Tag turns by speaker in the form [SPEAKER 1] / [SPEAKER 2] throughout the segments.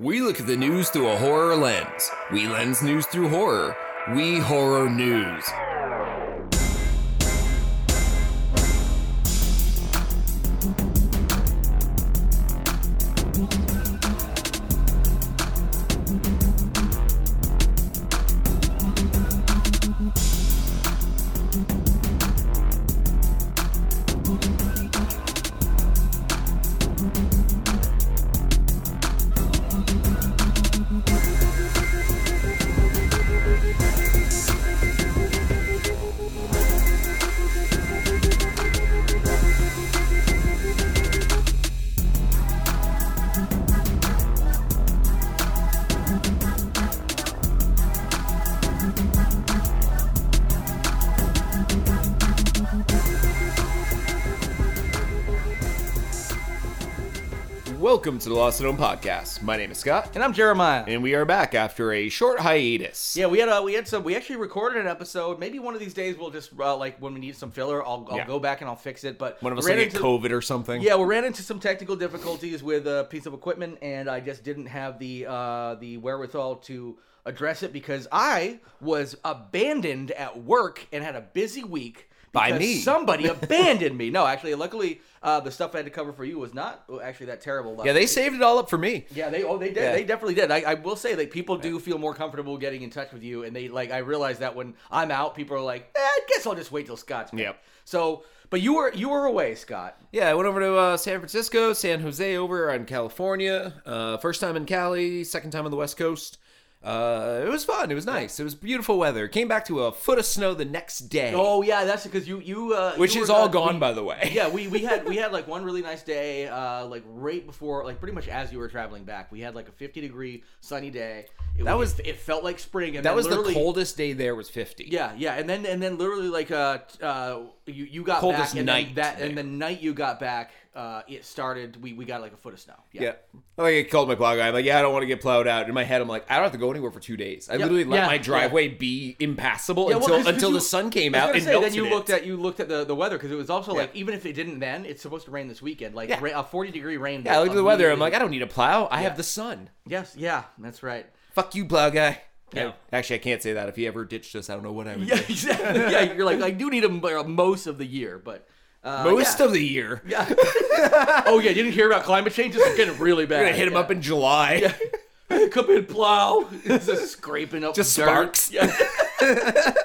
[SPEAKER 1] We look at the news through a horror lens. We lens news through horror. We horror news. Welcome to the Lost and Home podcast. My name is Scott,
[SPEAKER 2] And I'm Jeremiah.
[SPEAKER 1] and we are back after a short hiatus.
[SPEAKER 2] yeah, we had uh, we had some. We actually recorded an episode. Maybe one of these days we'll just uh, like when we need some filler, I'll, I'll
[SPEAKER 1] Yeah.
[SPEAKER 2] go back and I'll fix it. But
[SPEAKER 1] One of us
[SPEAKER 2] ran
[SPEAKER 1] like get
[SPEAKER 2] into-
[SPEAKER 1] COVID or something.
[SPEAKER 2] Yeah, we ran into some technical difficulties with a piece of equipment, and I just didn't have the uh, the wherewithal to address it because I was abandoned at work and had a busy week.
[SPEAKER 1] By
[SPEAKER 2] because
[SPEAKER 1] me.
[SPEAKER 2] somebody abandoned me. No, actually, luckily, uh, the stuff I had to cover for you was not well, actually that terrible.
[SPEAKER 1] Yeah, they saved it all up for me.
[SPEAKER 2] Yeah, they oh they did
[SPEAKER 1] Yeah.
[SPEAKER 2] they definitely did. I, I will say that people do feel more comfortable getting in touch with you, and they like I realize that when I'm out, people are like, eh, I guess I'll just wait till Scott's back.
[SPEAKER 1] Yep.
[SPEAKER 2] So, but you were you were away, Scott.
[SPEAKER 1] Yeah, I went over to uh, San Francisco, San Jose, over on California. Uh, first time in Cali, second time on the West Coast. Uh, it was fun. It was nice. It was beautiful weather. Came back to a foot of snow the next day,
[SPEAKER 2] Oh yeah, that's because you you uh,
[SPEAKER 1] which
[SPEAKER 2] you
[SPEAKER 1] is
[SPEAKER 2] were
[SPEAKER 1] all
[SPEAKER 2] not-
[SPEAKER 1] gone
[SPEAKER 2] we-
[SPEAKER 1] by the way.
[SPEAKER 2] yeah, we, we had we had like one really nice day, uh, like right before, like pretty much as you were traveling back. We had like a 50 degree sunny day. It,
[SPEAKER 1] That was-
[SPEAKER 2] it, felt like spring. And
[SPEAKER 1] that
[SPEAKER 2] then
[SPEAKER 1] was the
[SPEAKER 2] literally-
[SPEAKER 1] coldest day there. Was fifty.
[SPEAKER 2] Yeah, yeah, and then and then literally like uh, t- uh you you got
[SPEAKER 1] Coldest
[SPEAKER 2] back and
[SPEAKER 1] night
[SPEAKER 2] then that and
[SPEAKER 1] there.
[SPEAKER 2] the night you got back, uh, it started. We we got like a foot of snow. Yeah.
[SPEAKER 1] Yeah. I like I called my plow guy. I'm like, yeah, I don't want to get plowed out. In my head, I'm like, I don't have to go anywhere for two days. I literally let
[SPEAKER 2] Yeah.
[SPEAKER 1] my
[SPEAKER 2] Yeah.
[SPEAKER 1] driveway be impassable
[SPEAKER 2] Yeah, well,
[SPEAKER 1] until
[SPEAKER 2] 'cause- 'cause
[SPEAKER 1] until
[SPEAKER 2] you-
[SPEAKER 1] the sun came
[SPEAKER 2] I was
[SPEAKER 1] out
[SPEAKER 2] gonna
[SPEAKER 1] and
[SPEAKER 2] say,
[SPEAKER 1] melted
[SPEAKER 2] then you
[SPEAKER 1] it.
[SPEAKER 2] looked at you looked at the, the weather because it was also like
[SPEAKER 1] Yeah.
[SPEAKER 2] even if it didn't then it's supposed to rain this weekend like
[SPEAKER 1] Yeah.
[SPEAKER 2] ra- a forty degree rain.
[SPEAKER 1] yeah, I looked at the weather. I'm
[SPEAKER 2] immediately-
[SPEAKER 1] like, "Ah." I don't need a plow. I have the sun.
[SPEAKER 2] yes, yeah, that's right.
[SPEAKER 1] Fuck you, plow guy.
[SPEAKER 2] Yeah.
[SPEAKER 1] I- actually, I can't say that. If he ever ditched us, I don't know what I would
[SPEAKER 2] Yeah,
[SPEAKER 1] do.
[SPEAKER 2] exactly. yeah, you're like I do need a, a most of the year, but uh,
[SPEAKER 1] Most
[SPEAKER 2] yeah.
[SPEAKER 1] of the year.
[SPEAKER 2] yeah. oh yeah, you didn't hear about climate change? It's getting really bad.
[SPEAKER 1] I'm gonna hit him
[SPEAKER 2] Yeah.
[SPEAKER 1] up in July.
[SPEAKER 2] Come in, plow. It's just scraping up
[SPEAKER 1] Just
[SPEAKER 2] dirt.
[SPEAKER 1] sparks.
[SPEAKER 2] Yeah.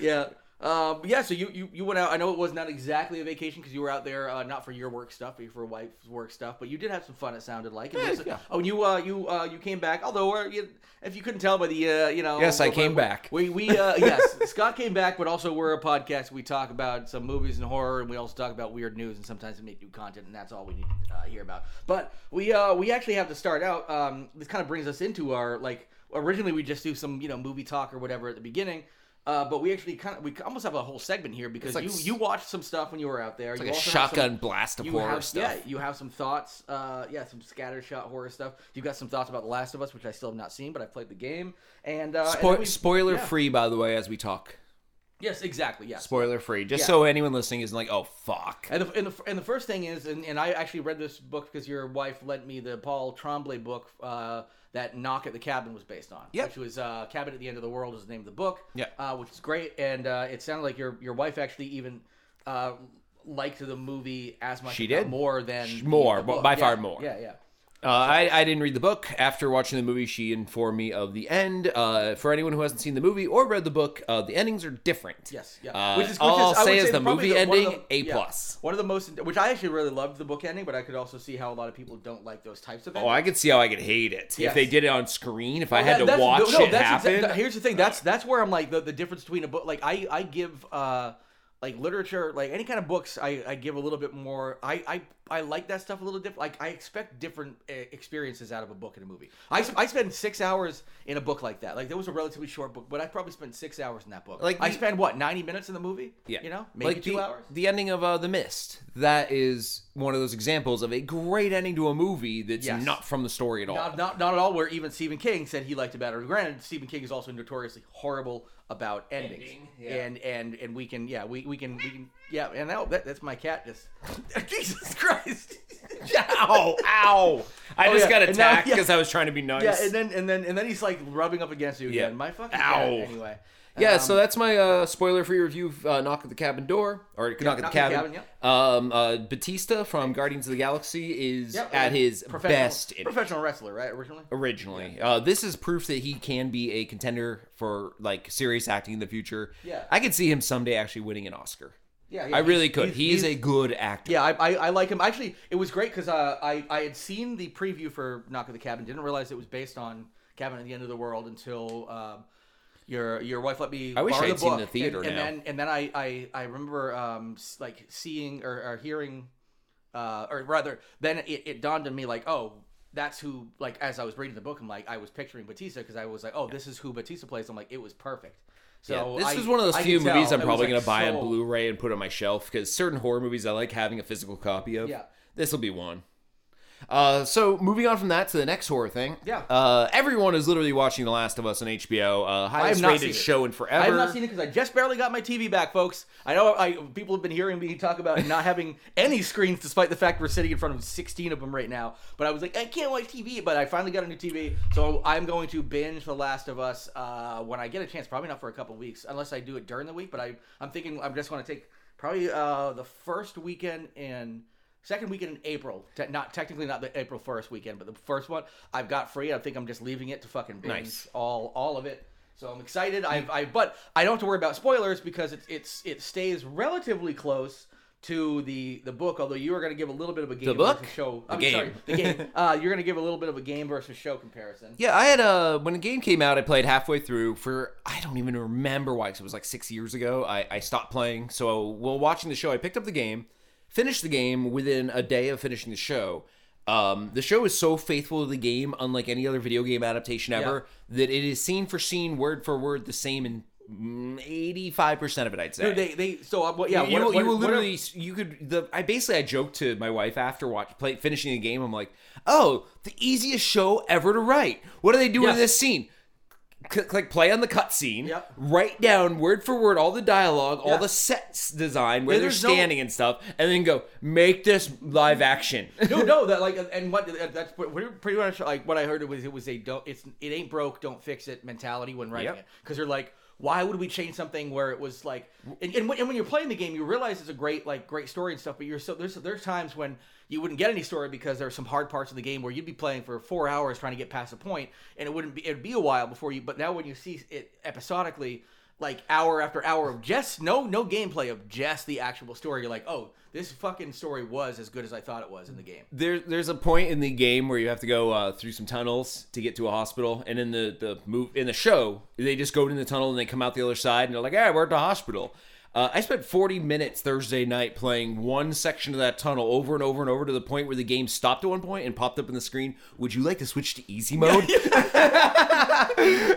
[SPEAKER 2] yeah. Um, yeah. So you, you you went out. I know it was not exactly a vacation because you were out there, uh, not for your work stuff, but for wife's work stuff. But you did have some fun. It sounded like. It was-
[SPEAKER 1] yeah.
[SPEAKER 2] Oh, and you uh, you uh, you came back. Although, uh, you, if you couldn't tell by the uh, you know.
[SPEAKER 1] Yes, I
[SPEAKER 2] we-
[SPEAKER 1] came
[SPEAKER 2] we-
[SPEAKER 1] back.
[SPEAKER 2] We we uh, yes, Scott came back, but also we're a podcast. We talk about some movies and horror, and we also talk about weird news, and sometimes we make new content, and that's all we need to uh, hear about. But we uh, we actually have to start out. Um, this kind of brings us into our like originally we just do some you know movie talk or whatever at the beginning. Uh, but we actually kind of we almost have a whole segment here because
[SPEAKER 1] like
[SPEAKER 2] you
[SPEAKER 1] s-
[SPEAKER 2] you watched some stuff when you were out there. you
[SPEAKER 1] like a
[SPEAKER 2] also have some-
[SPEAKER 1] shotgun blast of
[SPEAKER 2] you
[SPEAKER 1] horror
[SPEAKER 2] have,
[SPEAKER 1] stuff.
[SPEAKER 2] Yeah, you have some thoughts. Uh, yeah, some scattershot horror stuff. You've got some thoughts about The Last of Us, which I still have not seen, but I played the game. And, uh, and then
[SPEAKER 1] Spoil
[SPEAKER 2] we-
[SPEAKER 1] spoiler
[SPEAKER 2] yeah.
[SPEAKER 1] free, by the way, as we talk.
[SPEAKER 2] Yes, exactly. Yes.
[SPEAKER 1] Spoiler free, just
[SPEAKER 2] Yeah.
[SPEAKER 1] so anyone listening isn't like, oh fuck.
[SPEAKER 2] And the, and, the, and the first thing is, and, and I actually read this book because your wife lent me the Paul Tremblay book uh, that Knock at the Cabin was based on.
[SPEAKER 1] Yep.
[SPEAKER 2] Which was uh, Cabin at the End of the World is the name of the book.
[SPEAKER 1] Yeah.
[SPEAKER 2] Uh, which is great. And uh, it sounded like your, your wife actually even uh, liked the movie as much
[SPEAKER 1] She
[SPEAKER 2] if not
[SPEAKER 1] did.
[SPEAKER 2] more than.
[SPEAKER 1] Sh- more,
[SPEAKER 2] the
[SPEAKER 1] but
[SPEAKER 2] book.
[SPEAKER 1] by
[SPEAKER 2] Yeah,
[SPEAKER 1] far more.
[SPEAKER 2] Yeah, yeah.
[SPEAKER 1] Uh, I, I didn't read the book. After watching the movie, she informed me of the end. Uh, for anyone who hasn't seen the movie or read the book, uh, the endings are different.
[SPEAKER 2] Yes, yeah.
[SPEAKER 1] Uh,
[SPEAKER 2] which is,
[SPEAKER 1] all
[SPEAKER 2] which
[SPEAKER 1] I'll
[SPEAKER 2] I would
[SPEAKER 1] say is the
[SPEAKER 2] probably
[SPEAKER 1] movie
[SPEAKER 2] one of
[SPEAKER 1] ending
[SPEAKER 2] the-
[SPEAKER 1] A
[SPEAKER 2] yeah.
[SPEAKER 1] plus.
[SPEAKER 2] One of the most, which I actually really loved the book ending, but I could also see how a lot of people don't like those types of endings.
[SPEAKER 1] Oh, I could see how I could hate it if
[SPEAKER 2] Yes.
[SPEAKER 1] they did it on screen. If I
[SPEAKER 2] Well,
[SPEAKER 1] had
[SPEAKER 2] Oh, that-
[SPEAKER 1] to
[SPEAKER 2] that's-
[SPEAKER 1] watch
[SPEAKER 2] no,
[SPEAKER 1] it
[SPEAKER 2] that's
[SPEAKER 1] happen.
[SPEAKER 2] exact- here's the thing. That's that's where I'm like the, the difference between a book. Like I I give uh like literature, like any kind of books, I, I give a little bit more. I, I I like that stuff a little different. Like I expect different uh, experiences out of a book and a movie. I s- I spend six hours in a book like that. Like that was a relatively short book, but I probably spent six hours in that book.
[SPEAKER 1] Like
[SPEAKER 2] Like I
[SPEAKER 1] the-
[SPEAKER 2] spend what ninety minutes in the movie.
[SPEAKER 1] yeah,
[SPEAKER 2] you know, maybe
[SPEAKER 1] Like
[SPEAKER 2] two
[SPEAKER 1] the,
[SPEAKER 2] hours.
[SPEAKER 1] The ending of uh, The Mist. That is one of those examples of a great ending to a movie that's
[SPEAKER 2] Yes.
[SPEAKER 1] not from the story at all.
[SPEAKER 2] Not, not, not at all. Where even Stephen King said he liked it better. Granted, Stephen King is also notoriously horrible about endings.
[SPEAKER 1] Ending, yeah.
[SPEAKER 2] And and and we can yeah we, we can we can yeah and that, that that's my cat just Jesus Christ.
[SPEAKER 1] ow, ow. I
[SPEAKER 2] Oh,
[SPEAKER 1] just
[SPEAKER 2] yeah.
[SPEAKER 1] got
[SPEAKER 2] And now-
[SPEAKER 1] attacked
[SPEAKER 2] yeah.
[SPEAKER 1] because I was trying to be nice.
[SPEAKER 2] Yeah, and then and then and then he's like rubbing up against you
[SPEAKER 1] Yeah.
[SPEAKER 2] again. My fucking
[SPEAKER 1] Ow.
[SPEAKER 2] God. Anyway.
[SPEAKER 1] Yeah,
[SPEAKER 2] Um,
[SPEAKER 1] so that's my uh, spoiler-free review of uh, Knock at the Cabin Door, or Knock at the
[SPEAKER 2] Knock
[SPEAKER 1] Cabin. um, uh, Batista from Guardians of the Galaxy is
[SPEAKER 2] Yep,
[SPEAKER 1] at
[SPEAKER 2] yeah.
[SPEAKER 1] his
[SPEAKER 2] Professional-
[SPEAKER 1] best in it
[SPEAKER 2] professional wrestler, right? Originally.
[SPEAKER 1] originally. Uh, this is proof that he can be a contender for like serious acting in the future.
[SPEAKER 2] Yeah.
[SPEAKER 1] I could see him someday actually winning an Oscar.
[SPEAKER 2] Yeah,
[SPEAKER 1] I really could. He's,
[SPEAKER 2] He's,
[SPEAKER 1] a good actor.
[SPEAKER 2] Yeah, I, I, I like him. Actually, it was great because uh, I, I had seen the preview for Knock at the Cabin. Didn't realize it was based on Cabin at the End of the World until um, your your wife let me.
[SPEAKER 1] I wish
[SPEAKER 2] borrow
[SPEAKER 1] I had
[SPEAKER 2] the
[SPEAKER 1] seen
[SPEAKER 2] book.
[SPEAKER 1] the theater
[SPEAKER 2] And, and
[SPEAKER 1] now.
[SPEAKER 2] then and then I I, I remember um, s- like seeing or, or hearing, uh, or rather, then it, it dawned on me like, oh, that's who. Like as I was reading the book, I'm like, I was picturing Batista because I was like, oh, this is who Batista plays. I'm like, it was perfect. So
[SPEAKER 1] Yeah, this
[SPEAKER 2] I-
[SPEAKER 1] is one of those
[SPEAKER 2] I
[SPEAKER 1] few
[SPEAKER 2] could
[SPEAKER 1] movies
[SPEAKER 2] tell.
[SPEAKER 1] I'm
[SPEAKER 2] I was,
[SPEAKER 1] probably
[SPEAKER 2] like,
[SPEAKER 1] going to buy on
[SPEAKER 2] sold.
[SPEAKER 1] Blu-ray and put on my shelf because certain horror movies I like having a physical copy of.
[SPEAKER 2] Yeah.
[SPEAKER 1] This will be one. Uh, so moving on from that to the next horror thing.
[SPEAKER 2] Yeah.
[SPEAKER 1] Uh, everyone is literally watching The Last of Us on HBO. Uh, highest
[SPEAKER 2] not seen
[SPEAKER 1] rated
[SPEAKER 2] it.
[SPEAKER 1] show in forever.
[SPEAKER 2] I have not seen it because I just barely got my TV back, folks. I know I, people have been hearing me talk about not having any screens, despite the fact we're sitting in front of 16 of them right now. But I was like, I can't watch TV, but I finally got a new TV, so I'm going to binge The Last of Us uh, when I get a chance. Probably not for a couple weeks, unless I do it during the week. But I, I'm thinking I'm just going to take probably uh, the first weekend in. Second weekend in April, te- not technically not the April first weekend, but the first one I've got free. I think I'm just leaving it to fucking binge
[SPEAKER 1] Nice.
[SPEAKER 2] all all of it. So I'm excited. I've, I but I don't have to worry about spoilers because it's it's it stays relatively close to the the book. Although you are going to give a little bit of a game
[SPEAKER 1] book?
[SPEAKER 2] versus show.
[SPEAKER 1] The
[SPEAKER 2] I'm
[SPEAKER 1] game.
[SPEAKER 2] sorry, the game. uh, you're going to give a little bit of a game versus show comparison.
[SPEAKER 1] Yeah, I had uh when the game came out, I played halfway through for I don't even remember why 'cause it was like six years ago. I, I stopped playing. So while watching the show, I picked up the game, finished the game within a day of finishing the show. Um, the show is so faithful to the game, unlike any other video game adaptation ever, that it is scene for scene, word for word, the same in eighty-five percent of it. I'd say
[SPEAKER 2] They they so uh, what- yeah.
[SPEAKER 1] you,
[SPEAKER 2] what-
[SPEAKER 1] will-
[SPEAKER 2] what-
[SPEAKER 1] you will
[SPEAKER 2] what-
[SPEAKER 1] literally you could the I basically I joked to my wife after watch play finishing the game I'm like oh the easiest show ever to write what do they do in
[SPEAKER 2] Yes.
[SPEAKER 1] this scene C- click play on the cutscene
[SPEAKER 2] Yep.
[SPEAKER 1] write down word for word all the dialogue all
[SPEAKER 2] Yeah.
[SPEAKER 1] the sets design where
[SPEAKER 2] Yeah,
[SPEAKER 1] they're
[SPEAKER 2] there's no-
[SPEAKER 1] standing and stuff and then go make this live action
[SPEAKER 2] no, no, that like, and what that's what- pretty much like what I heard it was it was a don't it's it ain't broke, don't fix it mentality when writing
[SPEAKER 1] Yep.
[SPEAKER 2] it because you're like, why would we change something where it was like, and, and, when, and when you're playing the game, you realize it's a great like great story and stuff, but you're so there's there's times when you wouldn't get any story because there are some hard parts of the game where you'd be playing for four hours trying to get past a point, and it wouldn't be it'd be a while before you. But now when you see it episodically. Like hour after hour of just no no gameplay of just the actual story. You're like, oh, this fucking story was as good as I thought it was in the game.
[SPEAKER 1] there, there's a point in the game where you have to go uh, through some tunnels to get to a hospital, and in the the move in the show, they just go in the tunnel and they come out the other side, and they're like, "All right, we're at the hospital." Uh, I spent 40 minutes Thursday night playing one section of that tunnel over and over and over to the point where the game stopped at one point and popped up in the screen. Would you like to switch to easy mode? and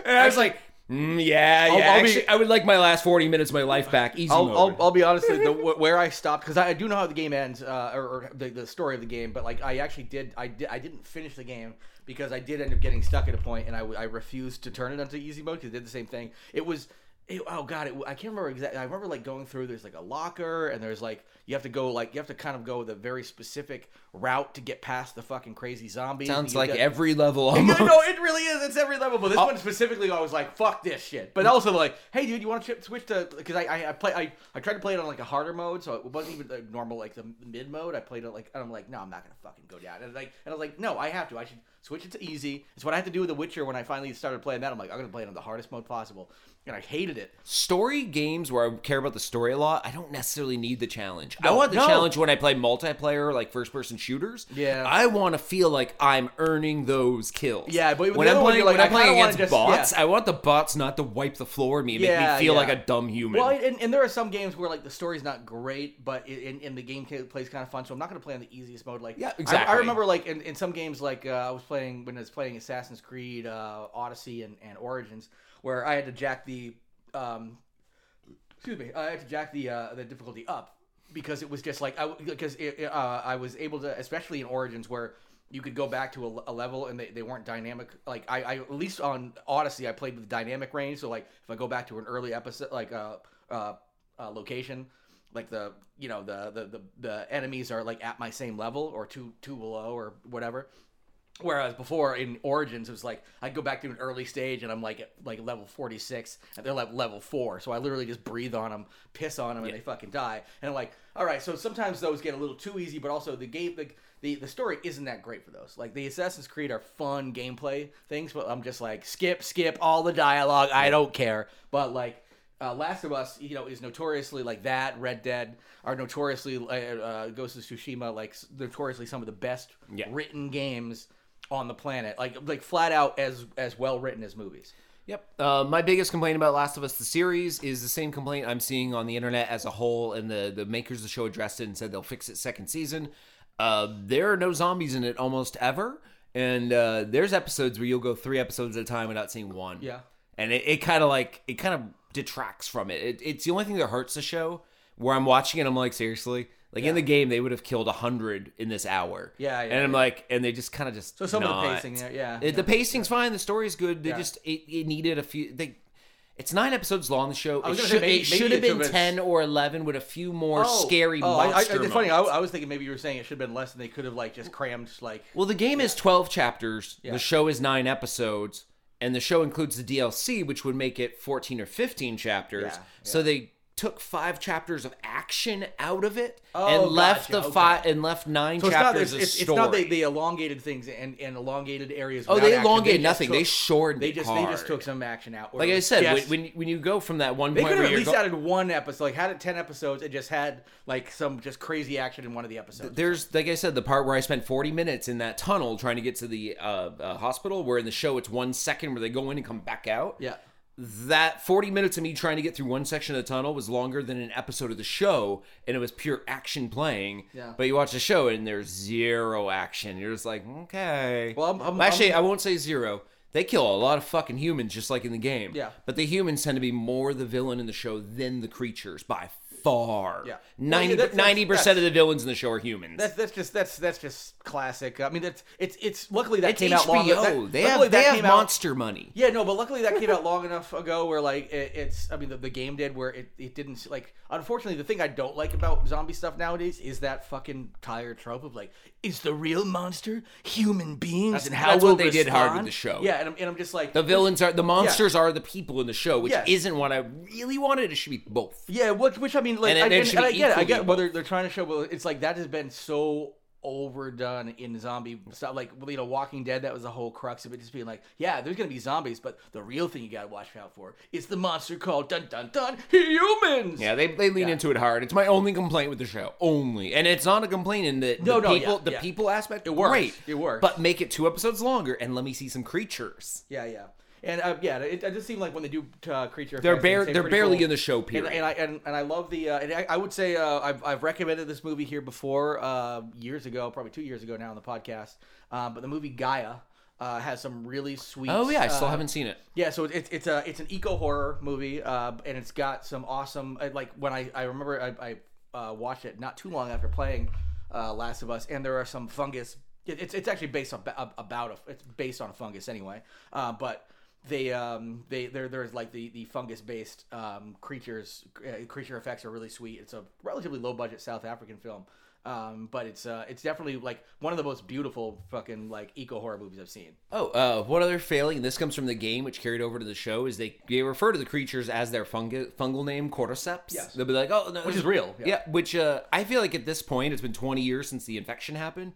[SPEAKER 1] I was like, "Mm, "Yeah, yeah."
[SPEAKER 2] I'll be-
[SPEAKER 1] actually, I would like my last 40 minutes of my life back. Easy
[SPEAKER 2] I'll,
[SPEAKER 1] mode.
[SPEAKER 2] I'll, I'll be honest, the, wh- where I stopped because I, I do know how the game ends uh, or, or the, the story of the game, but like I actually did, I did, I didn't finish the game because I did end up getting stuck at a point, and I, w- I refused to turn it onto easy mode because it did the same thing. It was. It, oh god, it, w- I can't remember exactly. I remember like going through. There's like a locker, and there's like you have to go like you have to kind of go the very specific route to get past the fucking crazy zombies.
[SPEAKER 1] Sounds
[SPEAKER 2] You
[SPEAKER 1] like
[SPEAKER 2] got-
[SPEAKER 1] every level.
[SPEAKER 2] no,
[SPEAKER 1] Almost.
[SPEAKER 2] no, it really is. It's every level, but this one specifically, I was like, "Fuck this shit." But also, like, hey, dude, you want to switch to? Because I, I, I play, I, I tried to play it on like a harder mode, so it wasn't even like, normal, like the mid mode. I played it like, and I'm like, no, I'm not gonna fucking go down. And like, and I was like, no, I have to. I should switch it to easy. It's what I had to do with The Witcher when I finally started playing that. I'm like, I'm gonna play it on the hardest mode possible, and I hated it.
[SPEAKER 1] story games where I care about the story a lot, I don't necessarily need the challenge. I want the
[SPEAKER 2] no.
[SPEAKER 1] challenge when I play multiplayer, like first person shooters.
[SPEAKER 2] Yeah.
[SPEAKER 1] I want to feel like I'm earning those kills.
[SPEAKER 2] Yeah, but with
[SPEAKER 1] when
[SPEAKER 2] the
[SPEAKER 1] I'm
[SPEAKER 2] other one,
[SPEAKER 1] playing,
[SPEAKER 2] you're like,
[SPEAKER 1] when I'm
[SPEAKER 2] I
[SPEAKER 1] playing
[SPEAKER 2] kinda wanna
[SPEAKER 1] against
[SPEAKER 2] just-
[SPEAKER 1] bots, I want the bots not to wipe the floor of me and
[SPEAKER 2] Yeah,
[SPEAKER 1] make me feel
[SPEAKER 2] yeah.
[SPEAKER 1] like a dumb human.
[SPEAKER 2] Well, and, and there are some games where like the story's not great, but i- in in the game ca- plays kind of fun. So I'm not going to play on the easiest mode. Like
[SPEAKER 1] Yeah,
[SPEAKER 2] I- I,
[SPEAKER 1] exactly.
[SPEAKER 2] remember like in, in some games, like uh, I was playing when I was playing Assassin's Creed uh, Odyssey and, and Origins, where I had to jack the um, excuse me, I had to jack the uh, the difficulty up because it was just like I because it, uh, I was able to, especially in Origins where you could go back to a, a level and they, they weren't dynamic. Like I, I at least on Odyssey I played with dynamic range, so like if I go back to an early episode like uh, uh, uh, location. like the you know the the the, the enemies are like at my same level or two two below or whatever. Whereas before in Origins, it was like I'd go back to an early stage and I'm like at like level 46 and they're like level four. So I literally just breathe on them, piss on them, and they fucking die. And I'm like, all right. So sometimes those get a little too easy, but also the game, the, the the story isn't that great for those. Like the Assassin's Creed are fun gameplay things, but I'm just like skip, skip all the dialogue. I don't care. But like uh, Last of Us, you know, is notoriously like that. Red Dead are notoriously uh, uh, Ghost of Tsushima, like s- notoriously some of the best
[SPEAKER 1] Yeah.
[SPEAKER 2] written games on the planet. Like like flat out as as well written as movies.
[SPEAKER 1] Yep. Uh, my biggest complaint about Last of Us the series is the same complaint I'm seeing on the internet as a whole, and the the makers of the show addressed it and said they'll fix it second season. Uh, there are no zombies in it almost ever, and uh, there's episodes where you'll go three episodes at a time without seeing one.
[SPEAKER 2] Yeah.
[SPEAKER 1] and it, it kind of like it kind of detracts from it. it. It's the only thing that hurts the show. Where I'm watching it, I'm like, seriously, like in the game, they would have killed hundred in this hour.
[SPEAKER 2] Yeah, yeah,
[SPEAKER 1] and I'm
[SPEAKER 2] yeah.
[SPEAKER 1] like, and they just kind of just
[SPEAKER 2] So some of the
[SPEAKER 1] not.
[SPEAKER 2] pacing there, yeah.
[SPEAKER 1] It- Uh, The pacing's fine. The story's good. They
[SPEAKER 2] Yeah.
[SPEAKER 1] just it, it needed a few. They, it's nine episodes long. The show it
[SPEAKER 2] was
[SPEAKER 1] should,
[SPEAKER 2] gonna say, maybe-
[SPEAKER 1] it
[SPEAKER 2] maybe
[SPEAKER 1] should have
[SPEAKER 2] it took
[SPEAKER 1] been
[SPEAKER 2] us-
[SPEAKER 1] ten or eleven with a few more scary
[SPEAKER 2] oh, I- I-
[SPEAKER 1] monster.
[SPEAKER 2] it's funny. I,
[SPEAKER 1] moments.
[SPEAKER 2] I was thinking maybe you were saying it should have been less, and they could have like just crammed like
[SPEAKER 1] well, the game is twelve chapters. The show is nine episodes, and the show includes the DLC, which would make it fourteen or fifteen chapters.
[SPEAKER 2] Yeah,
[SPEAKER 1] So they took five chapters of action out of it
[SPEAKER 2] Oh,
[SPEAKER 1] and left
[SPEAKER 2] gotcha,
[SPEAKER 1] the
[SPEAKER 2] okay.
[SPEAKER 1] five and left nine
[SPEAKER 2] So it's not,
[SPEAKER 1] chapters
[SPEAKER 2] it's,
[SPEAKER 1] of
[SPEAKER 2] it's,
[SPEAKER 1] story.
[SPEAKER 2] it's not they, they elongated things and, and elongated areas.
[SPEAKER 1] oh,
[SPEAKER 2] without
[SPEAKER 1] they
[SPEAKER 2] action.
[SPEAKER 1] elongated
[SPEAKER 2] just
[SPEAKER 1] nothing. they
[SPEAKER 2] took-
[SPEAKER 1] shortened.
[SPEAKER 2] they
[SPEAKER 1] it
[SPEAKER 2] just they just
[SPEAKER 1] hard.
[SPEAKER 2] took some action out.
[SPEAKER 1] Like I said, when, when when you go from that one
[SPEAKER 2] they
[SPEAKER 1] point
[SPEAKER 2] could
[SPEAKER 1] where
[SPEAKER 2] have at
[SPEAKER 1] you're
[SPEAKER 2] least
[SPEAKER 1] go-
[SPEAKER 2] added one episode, like had it ten episodes, and just had like some just crazy action in one of the episodes.
[SPEAKER 1] there's like I said, the part where I spent 40 minutes in that tunnel trying to get to the uh, uh, hospital, where in the show it's one second where they go in and come back out.
[SPEAKER 2] yeah,
[SPEAKER 1] That 40 minutes of me trying to get through one section of the tunnel was longer than an episode of the show, and it was pure action playing.
[SPEAKER 2] Yeah.
[SPEAKER 1] But you watch the show and there's zero action. You're just like, okay.
[SPEAKER 2] Well, I'm- I'm-
[SPEAKER 1] actually, I won't say zero. They kill a lot of fucking humans, just like in the game.
[SPEAKER 2] Yeah.
[SPEAKER 1] But the humans tend to be more the villain in the show than the creatures by far.
[SPEAKER 2] Yeah. Well, yeah,
[SPEAKER 1] 90
[SPEAKER 2] that's- that's-
[SPEAKER 1] 90% of the
[SPEAKER 2] that's-
[SPEAKER 1] villains in the show are humans.
[SPEAKER 2] that's that's just that's that's just classic. I mean, that's it's it's luckily that
[SPEAKER 1] It's
[SPEAKER 2] came
[SPEAKER 1] HBO.
[SPEAKER 2] out long. That,
[SPEAKER 1] they
[SPEAKER 2] luckily
[SPEAKER 1] have
[SPEAKER 2] that
[SPEAKER 1] they have
[SPEAKER 2] came out-
[SPEAKER 1] monster money.
[SPEAKER 2] Yeah, no, but luckily that came out long enough ago where like it, it's I mean the, the game did where it, it didn't s- like unfortunately the thing I don't like about zombie stuff nowadays is that fucking tired trope of like is the real monster human beings and how
[SPEAKER 1] that's
[SPEAKER 2] will
[SPEAKER 1] what they did hard with
[SPEAKER 2] respond?"
[SPEAKER 1] the show.
[SPEAKER 2] Yeah, and I'm, and I'm just like
[SPEAKER 1] The villains are the monsters are the people in the show, which
[SPEAKER 2] Yes.
[SPEAKER 1] isn't what I really wanted. It should be both.
[SPEAKER 2] Yeah, which which I mean, like,
[SPEAKER 1] And it-
[SPEAKER 2] I,
[SPEAKER 1] it
[SPEAKER 2] and,
[SPEAKER 1] should
[SPEAKER 2] and
[SPEAKER 1] be
[SPEAKER 2] I get, it, I
[SPEAKER 1] equally
[SPEAKER 2] get what they're, they're trying to show, but it's like that has been so overdone in zombie stuff. Like, well, you know, Walking Dead, that was the whole crux of it, just being like, yeah, there's gonna be zombies, but the real thing you gotta watch out for is the monster called dun dun dun humans.
[SPEAKER 1] Yeah, they, they lean into it hard. It's my only complaint with the show, only, and it's not a complaint in the,
[SPEAKER 2] No,
[SPEAKER 1] the
[SPEAKER 2] no,
[SPEAKER 1] people
[SPEAKER 2] yeah,
[SPEAKER 1] the
[SPEAKER 2] yeah.
[SPEAKER 1] people aspect. It
[SPEAKER 2] works.
[SPEAKER 1] great,
[SPEAKER 2] It works.
[SPEAKER 1] but make it two episodes longer and let me see some creatures.
[SPEAKER 2] yeah, yeah. And uh, yeah, it, it just seemed like when they do uh, creature,
[SPEAKER 1] They're
[SPEAKER 2] effects, they
[SPEAKER 1] bare,
[SPEAKER 2] say
[SPEAKER 1] they're
[SPEAKER 2] pretty
[SPEAKER 1] barely
[SPEAKER 2] cool-
[SPEAKER 1] in the show.
[SPEAKER 2] and,
[SPEAKER 1] Period.
[SPEAKER 2] and I and, and I love the uh, and I, I would say uh, I've, I've recommended this movie here before uh, years ago, probably two years ago now on the podcast. Uh, but the movie Gaia uh, has some really sweet.
[SPEAKER 1] oh yeah, I still
[SPEAKER 2] uh,
[SPEAKER 1] haven't seen it.
[SPEAKER 2] yeah, so it's it's a it's an eco horror movie, uh, and it's got some awesome uh, like when I I remember I, I uh, watched it not too long after playing uh, Last of Us, and there are some fungus. It, it's it's actually based on about a, it's based on a fungus anyway, uh, but they um they there there's like the the fungus based um creatures uh, creature effects are really sweet. It's a relatively low budget South African film. Um, but it's uh, it's definitely like one of the most beautiful fucking like eco horror movies I've seen.
[SPEAKER 1] Oh, uh, one other failing, and this comes from the game, which carried over to the show, is they, they refer to the creatures as their fungi- fungal name, cordyceps.
[SPEAKER 2] Yes.
[SPEAKER 1] They'll be like, oh, no.
[SPEAKER 2] Which is real,
[SPEAKER 1] Yeah,
[SPEAKER 2] yeah.
[SPEAKER 1] which uh, I feel like at this point, it's been 20 years since the infection happened.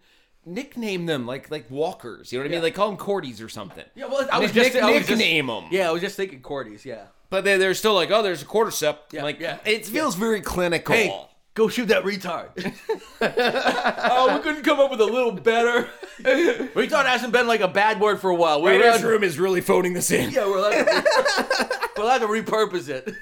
[SPEAKER 1] Nickname them like like walkers. You know what I mean?
[SPEAKER 2] Yeah.
[SPEAKER 1] Like call them cordies or something.
[SPEAKER 2] Yeah, well, I was
[SPEAKER 1] Nick-
[SPEAKER 2] just I was just-
[SPEAKER 1] nickname 'em.
[SPEAKER 2] Yeah, I was just thinking Cordy's. Yeah.
[SPEAKER 1] But they, they're still like, oh, there's a cordyceps. like,
[SPEAKER 2] yeah,
[SPEAKER 1] it feels very clinical.
[SPEAKER 2] go shoot that retard. oh, we couldn't come up with a little better. retard hasn't been like a bad word for a while. We're allowed-
[SPEAKER 1] Writer's room is really phoning this in.
[SPEAKER 2] Yeah, we're allowed, to, we're allowed to repurpose it.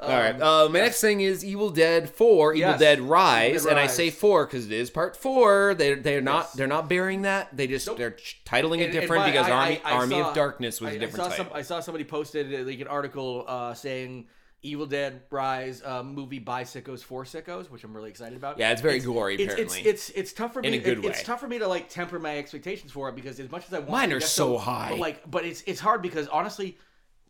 [SPEAKER 1] All right. Uh, my next thing is Evil Dead Four, Evil
[SPEAKER 2] Um, Yes.
[SPEAKER 1] Dead Rise,
[SPEAKER 2] Evil Dead
[SPEAKER 1] and I
[SPEAKER 2] Rise.
[SPEAKER 1] say four because it is part four. They they're not
[SPEAKER 2] Yes.
[SPEAKER 1] they're not burying that. They just
[SPEAKER 2] Nope.
[SPEAKER 1] they're ch- titling it
[SPEAKER 2] And- and
[SPEAKER 1] different
[SPEAKER 2] by-
[SPEAKER 1] because
[SPEAKER 2] I-
[SPEAKER 1] Army
[SPEAKER 2] I- I
[SPEAKER 1] Army
[SPEAKER 2] saw-
[SPEAKER 1] of Darkness was
[SPEAKER 2] I-
[SPEAKER 1] a
[SPEAKER 2] I
[SPEAKER 1] different
[SPEAKER 2] saw
[SPEAKER 1] title.
[SPEAKER 2] some- I saw somebody posted uh, like an article uh, saying Evil Dead Rise uh, movie by sickos for sickos, which I'm really excited about.
[SPEAKER 1] Yeah, it's very gory,
[SPEAKER 2] It's, it's
[SPEAKER 1] apparently.
[SPEAKER 2] it's it's tough for me.
[SPEAKER 1] a good
[SPEAKER 2] it- It's
[SPEAKER 1] way.
[SPEAKER 2] tough for me to like temper my expectations for it because as much as I want,
[SPEAKER 1] Mine
[SPEAKER 2] to
[SPEAKER 1] are
[SPEAKER 2] guess
[SPEAKER 1] so high.
[SPEAKER 2] But like, but it's it's hard because honestly,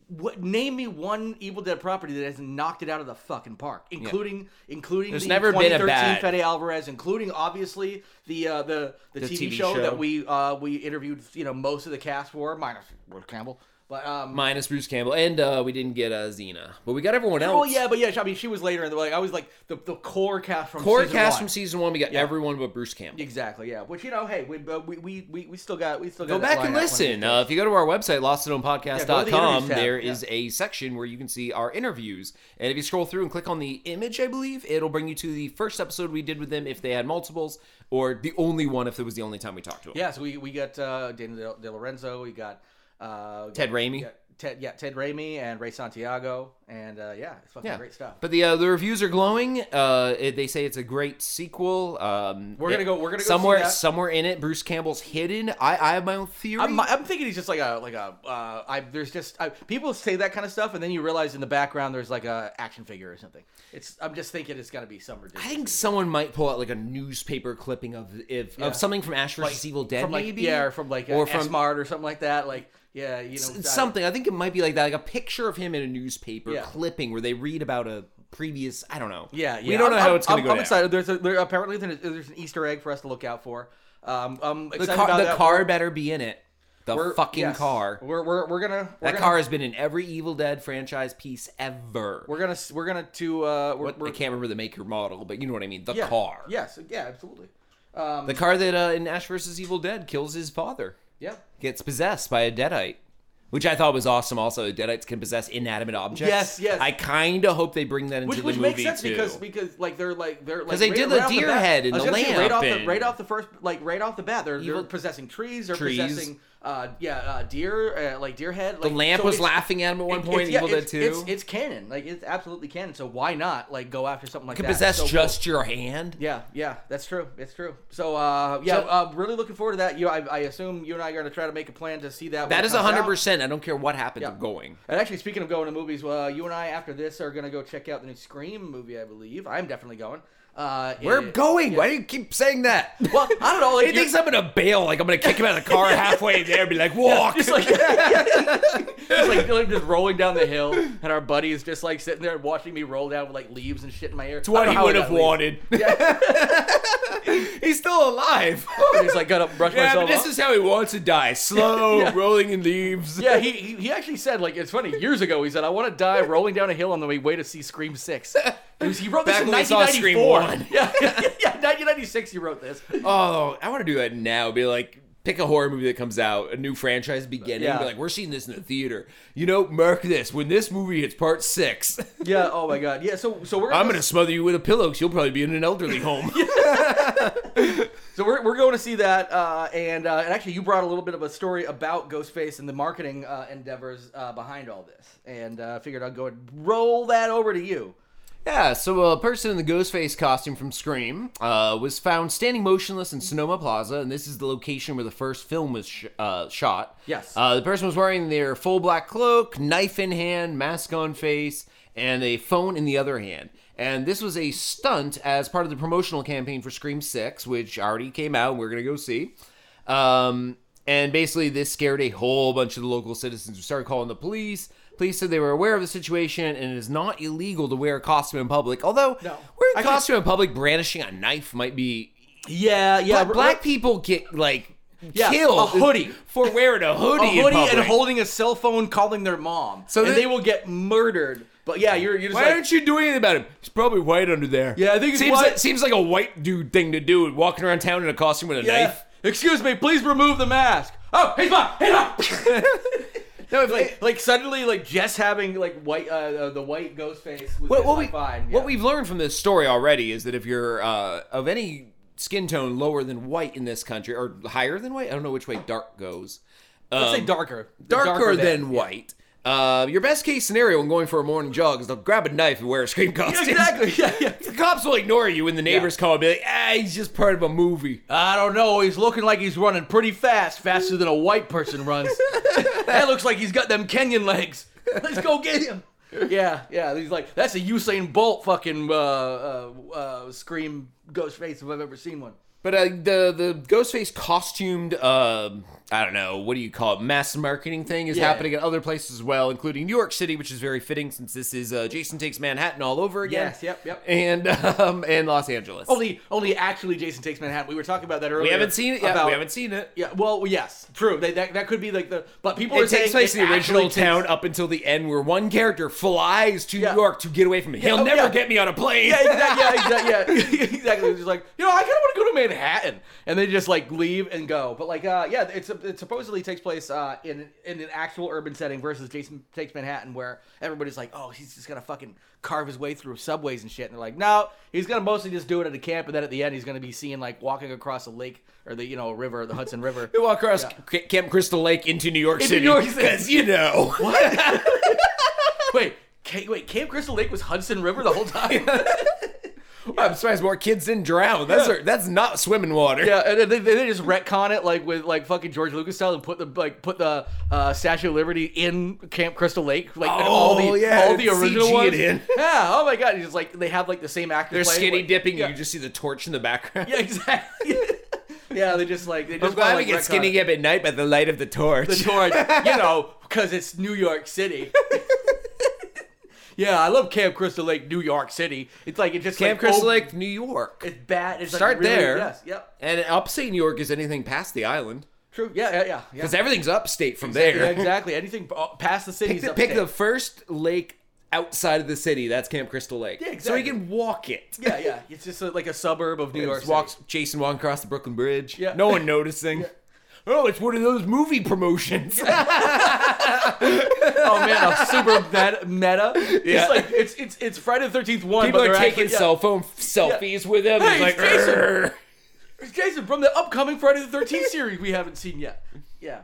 [SPEAKER 2] What, name me one Evil Dead property that has knocked it out of the fucking park, including including
[SPEAKER 1] There's
[SPEAKER 2] the
[SPEAKER 1] never been a
[SPEAKER 2] 2013
[SPEAKER 1] bad-
[SPEAKER 2] Fede Alvarez, including obviously the uh, the, the
[SPEAKER 1] The
[SPEAKER 2] TV,
[SPEAKER 1] TV
[SPEAKER 2] show,
[SPEAKER 1] show.
[SPEAKER 2] that we uh, we interviewed. You know, most of the cast were minus Bruce Campbell, but um,
[SPEAKER 1] minus Bruce Campbell, and uh, we didn't get uh, Xena, but we got everyone else.
[SPEAKER 2] oh yeah, but yeah, I mean she was later in the like I was like the, the core cast from
[SPEAKER 1] Core
[SPEAKER 2] season
[SPEAKER 1] cast
[SPEAKER 2] one.
[SPEAKER 1] from season one, we got everyone but Bruce Campbell.
[SPEAKER 2] exactly yeah, which you know hey we but we we, we, we still got we still
[SPEAKER 1] Go
[SPEAKER 2] got that
[SPEAKER 1] back and
[SPEAKER 2] lineup when
[SPEAKER 1] listen.
[SPEAKER 2] we-
[SPEAKER 1] Uh, if you go to our website,
[SPEAKER 2] Yeah, go to the
[SPEAKER 1] lostatonepodcast.com,
[SPEAKER 2] interviews tab.
[SPEAKER 1] there
[SPEAKER 2] Yeah.
[SPEAKER 1] is a section where you can see our interviews. And if you scroll through and click on the image, I believe, it'll bring you to the first episode we did with them if they had multiples, or the only one if it was the only time we talked to them.
[SPEAKER 2] yeah, so we we got uh, Daniel De Lorenzo, we got uh,
[SPEAKER 1] Ted Raimi.
[SPEAKER 2] Yeah, Ted, yeah, Ted Raimi and Ray Santiago, and uh, yeah, it's fucking great stuff.
[SPEAKER 1] But the uh, the reviews are glowing. Uh, it- they say it's a great sequel. Um,
[SPEAKER 2] We're gonna go- we're gonna go
[SPEAKER 1] somewhere.
[SPEAKER 2] see that.
[SPEAKER 1] Somewhere in it, Bruce Campbell's hidden. I, I have my own theory.
[SPEAKER 2] I'm, I'm thinking he's just like a like a uh, I there's just I, people say that kind of stuff and then you realize in the background there's like a action figure or something. It's I'm just thinking it's got to be some ridiculous.
[SPEAKER 1] I think someone might pull out like a newspaper clipping of if, of something from Ash vs. Evil Dead,
[SPEAKER 2] from like
[SPEAKER 1] maybe.
[SPEAKER 2] yeah, or from like uh, or
[SPEAKER 1] Or
[SPEAKER 2] from
[SPEAKER 1] from-
[SPEAKER 2] Smart or something like that. Like yeah, you know uh, I don't-
[SPEAKER 1] something. I think it might be like that, like a picture of him in a newspaper
[SPEAKER 2] Yeah.
[SPEAKER 1] clipping where they read about a previous. I don't know.
[SPEAKER 2] Yeah, yeah.
[SPEAKER 1] We don't know
[SPEAKER 2] I'm-
[SPEAKER 1] how
[SPEAKER 2] I'm-
[SPEAKER 1] it's going
[SPEAKER 2] I'm-
[SPEAKER 1] to go.
[SPEAKER 2] I'm
[SPEAKER 1] down.
[SPEAKER 2] excited. There's a, there apparently there's, there's an Easter egg for us to look out for. Um, I'm
[SPEAKER 1] The
[SPEAKER 2] excited about
[SPEAKER 1] car, the
[SPEAKER 2] that.
[SPEAKER 1] car better be in it. The
[SPEAKER 2] We're-
[SPEAKER 1] fucking
[SPEAKER 2] yes.
[SPEAKER 1] car.
[SPEAKER 2] We're we're, we're gonna we're
[SPEAKER 1] that
[SPEAKER 2] gonna,
[SPEAKER 1] car has been in every Evil Dead franchise piece ever.
[SPEAKER 2] We're gonna we're gonna to uh we're,
[SPEAKER 1] What-
[SPEAKER 2] we're
[SPEAKER 1] I can't remember the maker model, but you know what I mean. The
[SPEAKER 2] yeah.
[SPEAKER 1] car.
[SPEAKER 2] Yes, yeah, absolutely. Um,
[SPEAKER 1] The car that uh, in Ash vs. Evil Dead kills his father.
[SPEAKER 2] yeah.
[SPEAKER 1] Gets possessed by a Deadite. Which I thought was awesome. Also, Deadites can possess inanimate objects.
[SPEAKER 2] Yes, yes.
[SPEAKER 1] I kind of hope they bring that into
[SPEAKER 2] Which,
[SPEAKER 1] the
[SPEAKER 2] which
[SPEAKER 1] movie
[SPEAKER 2] makes sense
[SPEAKER 1] too.
[SPEAKER 2] because because like they're like they're like
[SPEAKER 1] 'Cause they
[SPEAKER 2] right-
[SPEAKER 1] did
[SPEAKER 2] right
[SPEAKER 1] the
[SPEAKER 2] off
[SPEAKER 1] deer
[SPEAKER 2] bat-
[SPEAKER 1] head and
[SPEAKER 2] I was
[SPEAKER 1] the
[SPEAKER 2] gonna say,
[SPEAKER 1] lamp
[SPEAKER 2] right off the
[SPEAKER 1] and-
[SPEAKER 2] right off the first like right off the bat they're, they're
[SPEAKER 1] Evil-
[SPEAKER 2] possessing trees they're
[SPEAKER 1] Trees.
[SPEAKER 2] possessing uh yeah uh, deer uh, like deer head like,
[SPEAKER 1] the lamp
[SPEAKER 2] so
[SPEAKER 1] was
[SPEAKER 2] it's-
[SPEAKER 1] laughing at him at one
[SPEAKER 2] it-
[SPEAKER 1] point.
[SPEAKER 2] it's,
[SPEAKER 1] in
[SPEAKER 2] yeah,
[SPEAKER 1] Evil Dead
[SPEAKER 2] it's,
[SPEAKER 1] Two.
[SPEAKER 2] It's, it's canon like it's absolutely canon so why not like go after something like
[SPEAKER 1] can
[SPEAKER 2] that It's
[SPEAKER 1] possess
[SPEAKER 2] so cool.
[SPEAKER 1] just your hand.
[SPEAKER 2] Yeah, yeah, that's true. It's true. So, uh, yeah,
[SPEAKER 1] So-
[SPEAKER 2] uh, really looking forward to that. You, I, I assume you and I are going to try to make a plan to see that. when
[SPEAKER 1] That
[SPEAKER 2] it
[SPEAKER 1] is
[SPEAKER 2] comes
[SPEAKER 1] hundred
[SPEAKER 2] out.
[SPEAKER 1] percent. I don't care what happens. I'm going.
[SPEAKER 2] And actually, speaking of going to movies, uh, you and I after this are going to go check out the new Scream movie. I believe I'm definitely going. Uh,
[SPEAKER 1] We're
[SPEAKER 2] it-
[SPEAKER 1] going. Why do you keep saying that?
[SPEAKER 2] Well, I don't know. Like,
[SPEAKER 1] he thinks I'm gonna bail. Like I'm gonna kick him out of the car halfway there and be like,
[SPEAKER 2] you're-
[SPEAKER 1] walk.
[SPEAKER 2] just like, just like, like just rolling down the hill, and our buddy is just like sitting there and watching me roll down with like leaves and shit in my ear. It's
[SPEAKER 1] what he would have wanted.
[SPEAKER 2] Yeah.
[SPEAKER 1] He's still alive.
[SPEAKER 2] I just like got up, brush
[SPEAKER 1] yeah,
[SPEAKER 2] myself.
[SPEAKER 1] but this
[SPEAKER 2] off.
[SPEAKER 1] is how he wants to die. Slow, rolling in leaves.
[SPEAKER 2] Yeah, he, he he actually said like it's funny. Years ago, he said I want to die rolling down a hill on the way to see Scream Six. He was- he wrote this
[SPEAKER 1] Back
[SPEAKER 2] in
[SPEAKER 1] when we saw Scream
[SPEAKER 2] 1994.
[SPEAKER 1] one.
[SPEAKER 2] Yeah, yeah, 1996. He wrote this.
[SPEAKER 1] Oh, I want to do that now. Be like, pick a horror movie that comes out, a new franchise beginning.
[SPEAKER 2] Yeah.
[SPEAKER 1] Be like, we're seeing this in the theater. You know, mark this. When this movie hits part six,
[SPEAKER 2] Yeah. Oh my God. Yeah. So so we're
[SPEAKER 1] I'm gonna smother you with a pillow because you'll probably be in an elderly home.
[SPEAKER 2] so we're, we're going to see that. Uh, and uh, and actually, you brought a little bit of a story about Ghostface and the marketing uh, endeavors uh, behind all this, and uh, figured I'd go and roll that over to you.
[SPEAKER 1] Yeah, so a person in the Ghostface costume from Scream uh, was found standing motionless in Sonoma Plaza, and this is the location where the first film was sh- uh, shot.
[SPEAKER 2] Yes.
[SPEAKER 1] Uh, the person was wearing their full black cloak, knife in hand, mask on face, and a phone in the other hand. And this was a stunt as part of the promotional campaign for Scream 6, which already came out, and we're going to go see. Um, and basically, this scared a whole bunch of the local citizens who started calling the police. Police said they were aware of the situation and it is not illegal to wear a costume in public. Although,
[SPEAKER 2] No.
[SPEAKER 1] wearing
[SPEAKER 2] I
[SPEAKER 1] a
[SPEAKER 2] can-
[SPEAKER 1] costume in public, brandishing a knife might be.
[SPEAKER 2] Yeah. Yeah.
[SPEAKER 1] But black people get, like,
[SPEAKER 2] Yeah,
[SPEAKER 1] killed.
[SPEAKER 2] a hoodie.
[SPEAKER 1] For wearing a hoodie.
[SPEAKER 2] a
[SPEAKER 1] in
[SPEAKER 2] hoodie and
[SPEAKER 1] public.
[SPEAKER 2] holding a cell phone, calling their mom, so
[SPEAKER 1] So
[SPEAKER 2] and
[SPEAKER 1] the-
[SPEAKER 2] they will get murdered. But yeah, you're you're just
[SPEAKER 1] Why
[SPEAKER 2] like,
[SPEAKER 1] aren't you doing anything about him? He's probably white under there.
[SPEAKER 2] Yeah, I think he's
[SPEAKER 1] seems
[SPEAKER 2] white.
[SPEAKER 1] Like, seems like a white dude thing to do, walking around town in a costume with a
[SPEAKER 2] Yeah.
[SPEAKER 1] knife.
[SPEAKER 2] Excuse me, please remove the mask. Oh, he's mine. He's mine.
[SPEAKER 1] No, if
[SPEAKER 2] like, like suddenly, like Jess having like white, uh, uh, the white ghost face. Was
[SPEAKER 1] what,
[SPEAKER 2] just,
[SPEAKER 1] what, we,
[SPEAKER 2] like, fine.
[SPEAKER 1] what
[SPEAKER 2] yeah.
[SPEAKER 1] we've learned from this story already is that if you're uh, of any skin tone lower than white in this country, or higher than white, I don't know which way dark goes.
[SPEAKER 2] let's say
[SPEAKER 1] um,
[SPEAKER 2] darker,
[SPEAKER 1] darker, than white. Uh, your best case scenario when going for a morning jog is to grab a knife and wear a scream
[SPEAKER 2] Yeah,
[SPEAKER 1] costume.
[SPEAKER 2] exactly. Yeah, yeah.
[SPEAKER 1] The cops will ignore you when the neighbors call and be like, ah, he's just part of a movie.
[SPEAKER 2] I don't know. He's looking like he's running pretty fast, faster than a white person runs. that looks like he's got them Kenyan legs. Let's go get him. Yeah, yeah. He's like, that's a Usain Bolt fucking uh, uh, uh, scream ghost face if I've ever seen one.
[SPEAKER 1] But uh, the the Ghostface costumed, uh, I don't know, what do you call it? Mass marketing thing is
[SPEAKER 2] Yeah.
[SPEAKER 1] happening at other places as well, including New York City, which is very fitting since this is uh, Jason Takes Manhattan all over again.
[SPEAKER 2] Yes, yep, yep. Oh,
[SPEAKER 1] And um, and Los Angeles.
[SPEAKER 2] Only, only actually, Jason takes Manhattan. We were talking about that earlier.
[SPEAKER 1] we haven't seen it yet.
[SPEAKER 2] about-
[SPEAKER 1] we haven't seen it.
[SPEAKER 2] Yeah, well, yes, true. They, that that could be like the but people are
[SPEAKER 1] It takes
[SPEAKER 2] saying
[SPEAKER 1] place in the
[SPEAKER 2] actually
[SPEAKER 1] original
[SPEAKER 2] takes-
[SPEAKER 1] town up until the end, where one character flies to
[SPEAKER 2] Yeah.
[SPEAKER 1] New York to get away from it. He'll
[SPEAKER 2] oh,
[SPEAKER 1] never
[SPEAKER 2] yeah.
[SPEAKER 1] get me on a plane.
[SPEAKER 2] Yeah, exactly. Yeah, exactly. Yeah, exactly. It's just like you know, I kind of want to go to Manhattan, and they just like leave and go. But like, uh, yeah, it's it supposedly takes place uh, in in an actual urban setting versus Jason Takes Manhattan, where everybody's like, oh, he's just gonna fucking carve his way through subways and shit. And they're like, no, he's gonna mostly just do it at a camp, and then at the end, he's gonna be seen like walking across a lake or the you know a river, the Hudson River.
[SPEAKER 1] They walk across C- Camp Crystal Lake into New York
[SPEAKER 2] Into
[SPEAKER 1] City.
[SPEAKER 2] New York City.
[SPEAKER 1] Because, you know.
[SPEAKER 2] wait, Ca- wait, Camp Crystal Lake was Hudson River the whole time.
[SPEAKER 1] I'm surprised more kids didn't drown. That's
[SPEAKER 2] Yeah.
[SPEAKER 1] that's not swimming water.
[SPEAKER 2] Yeah, and then they, they just retcon it like with like fucking George Lucas style and put the like put the uh, Statue of Liberty in Camp Crystal Lake, like and all
[SPEAKER 1] Oh,
[SPEAKER 2] the
[SPEAKER 1] yeah,
[SPEAKER 2] all the
[SPEAKER 1] it's
[SPEAKER 2] original
[SPEAKER 1] CG
[SPEAKER 2] ones.
[SPEAKER 1] it in.
[SPEAKER 2] Yeah, oh my god, it's like they have like the same actors.
[SPEAKER 1] They're
[SPEAKER 2] playing,
[SPEAKER 1] skinny
[SPEAKER 2] like-
[SPEAKER 1] dipping,
[SPEAKER 2] Yeah,
[SPEAKER 1] and you just see the torch in the background.
[SPEAKER 2] yeah exactly. yeah, they just like they just
[SPEAKER 1] I'm glad
[SPEAKER 2] wanna,
[SPEAKER 1] we
[SPEAKER 2] like,
[SPEAKER 1] get
[SPEAKER 2] retcon
[SPEAKER 1] skinny
[SPEAKER 2] it.
[SPEAKER 1] dip at night by the light of the torch.
[SPEAKER 2] the George, you know, because it's New York City. yeah, I love Camp Crystal Lake, New York City. It's like it just
[SPEAKER 1] Camp
[SPEAKER 2] like,
[SPEAKER 1] Crystal
[SPEAKER 2] oh,
[SPEAKER 1] Lake, New York.
[SPEAKER 2] It's bad. It's
[SPEAKER 1] Start
[SPEAKER 2] like, really-
[SPEAKER 1] there.
[SPEAKER 2] Yes. Yep.
[SPEAKER 1] And upstate New York is anything past the island.
[SPEAKER 2] True. Yeah. Yeah. Yeah. yeah.
[SPEAKER 1] Because everything's upstate from
[SPEAKER 2] Yeah,
[SPEAKER 1] there.
[SPEAKER 2] exactly. Anything uh, past the city.
[SPEAKER 1] Pick, the, pick the first lake outside of the city. That's Camp Crystal Lake.
[SPEAKER 2] Yeah,
[SPEAKER 1] So he
[SPEAKER 2] exactly.
[SPEAKER 1] can walk it.
[SPEAKER 2] Yeah, yeah. It's just a, like a suburb of New York.
[SPEAKER 1] Just
[SPEAKER 2] City.
[SPEAKER 1] walks Jason walking across the Brooklyn Bridge.
[SPEAKER 2] Yeah.
[SPEAKER 1] No one noticing. Oh, it's one of those movie promotions.
[SPEAKER 2] Oh man, a super meta. meta.
[SPEAKER 1] Yeah.
[SPEAKER 2] It's like it's it's it's Friday the Thirteenth one.
[SPEAKER 1] People
[SPEAKER 2] but
[SPEAKER 1] are
[SPEAKER 2] they're
[SPEAKER 1] taking
[SPEAKER 2] actually, yeah.
[SPEAKER 1] cell phone f- selfies with him.
[SPEAKER 2] Hey,
[SPEAKER 1] It's like,
[SPEAKER 2] it's Jason.
[SPEAKER 1] "Arr."
[SPEAKER 2] It's Jason from the upcoming Friday the Thirteenth series we haven't seen yet. Yeah.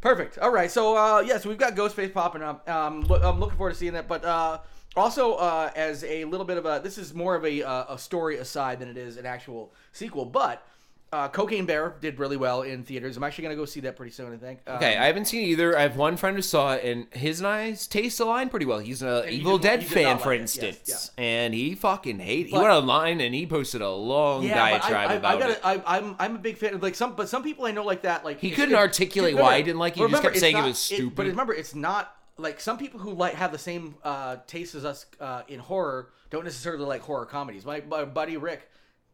[SPEAKER 2] Perfect. All right. So uh, yeah, so we've got Ghostface popping up. Um, lo- I'm looking forward to seeing that. But uh, also uh, as a little bit of a this is more of a uh, a story aside than it is an actual sequel, but. Uh, Cocaine Bear did really well in theaters. I'm actually gonna go see that pretty soon. I think. Um,
[SPEAKER 1] Okay, I haven't seen either. I have one friend who saw it, and his and I's taste align pretty well. He's an Evil
[SPEAKER 2] did-
[SPEAKER 1] Dead
[SPEAKER 2] you did
[SPEAKER 1] fan,
[SPEAKER 2] not
[SPEAKER 1] for
[SPEAKER 2] like it. Yes,
[SPEAKER 1] instance,
[SPEAKER 2] yeah.
[SPEAKER 1] and he fucking hated. he
[SPEAKER 2] But-
[SPEAKER 1] went online and he posted a long
[SPEAKER 2] but I-
[SPEAKER 1] diatribe
[SPEAKER 2] I,
[SPEAKER 1] about
[SPEAKER 2] I gotta,
[SPEAKER 1] it.
[SPEAKER 2] I, I'm I'm a big fan of like some, but some people I know like that like
[SPEAKER 1] He
[SPEAKER 2] it's-
[SPEAKER 1] couldn't
[SPEAKER 2] it's-
[SPEAKER 1] articulate
[SPEAKER 2] dude,
[SPEAKER 1] why
[SPEAKER 2] remember-
[SPEAKER 1] he didn't like it. He just
[SPEAKER 2] remember,
[SPEAKER 1] kept
[SPEAKER 2] it's
[SPEAKER 1] saying it
[SPEAKER 2] not-
[SPEAKER 1] was
[SPEAKER 2] but
[SPEAKER 1] stupid.
[SPEAKER 2] remember, it's not like some people who like have the same uh, taste as us uh, in horror don't necessarily like horror comedies. My, my buddy Rick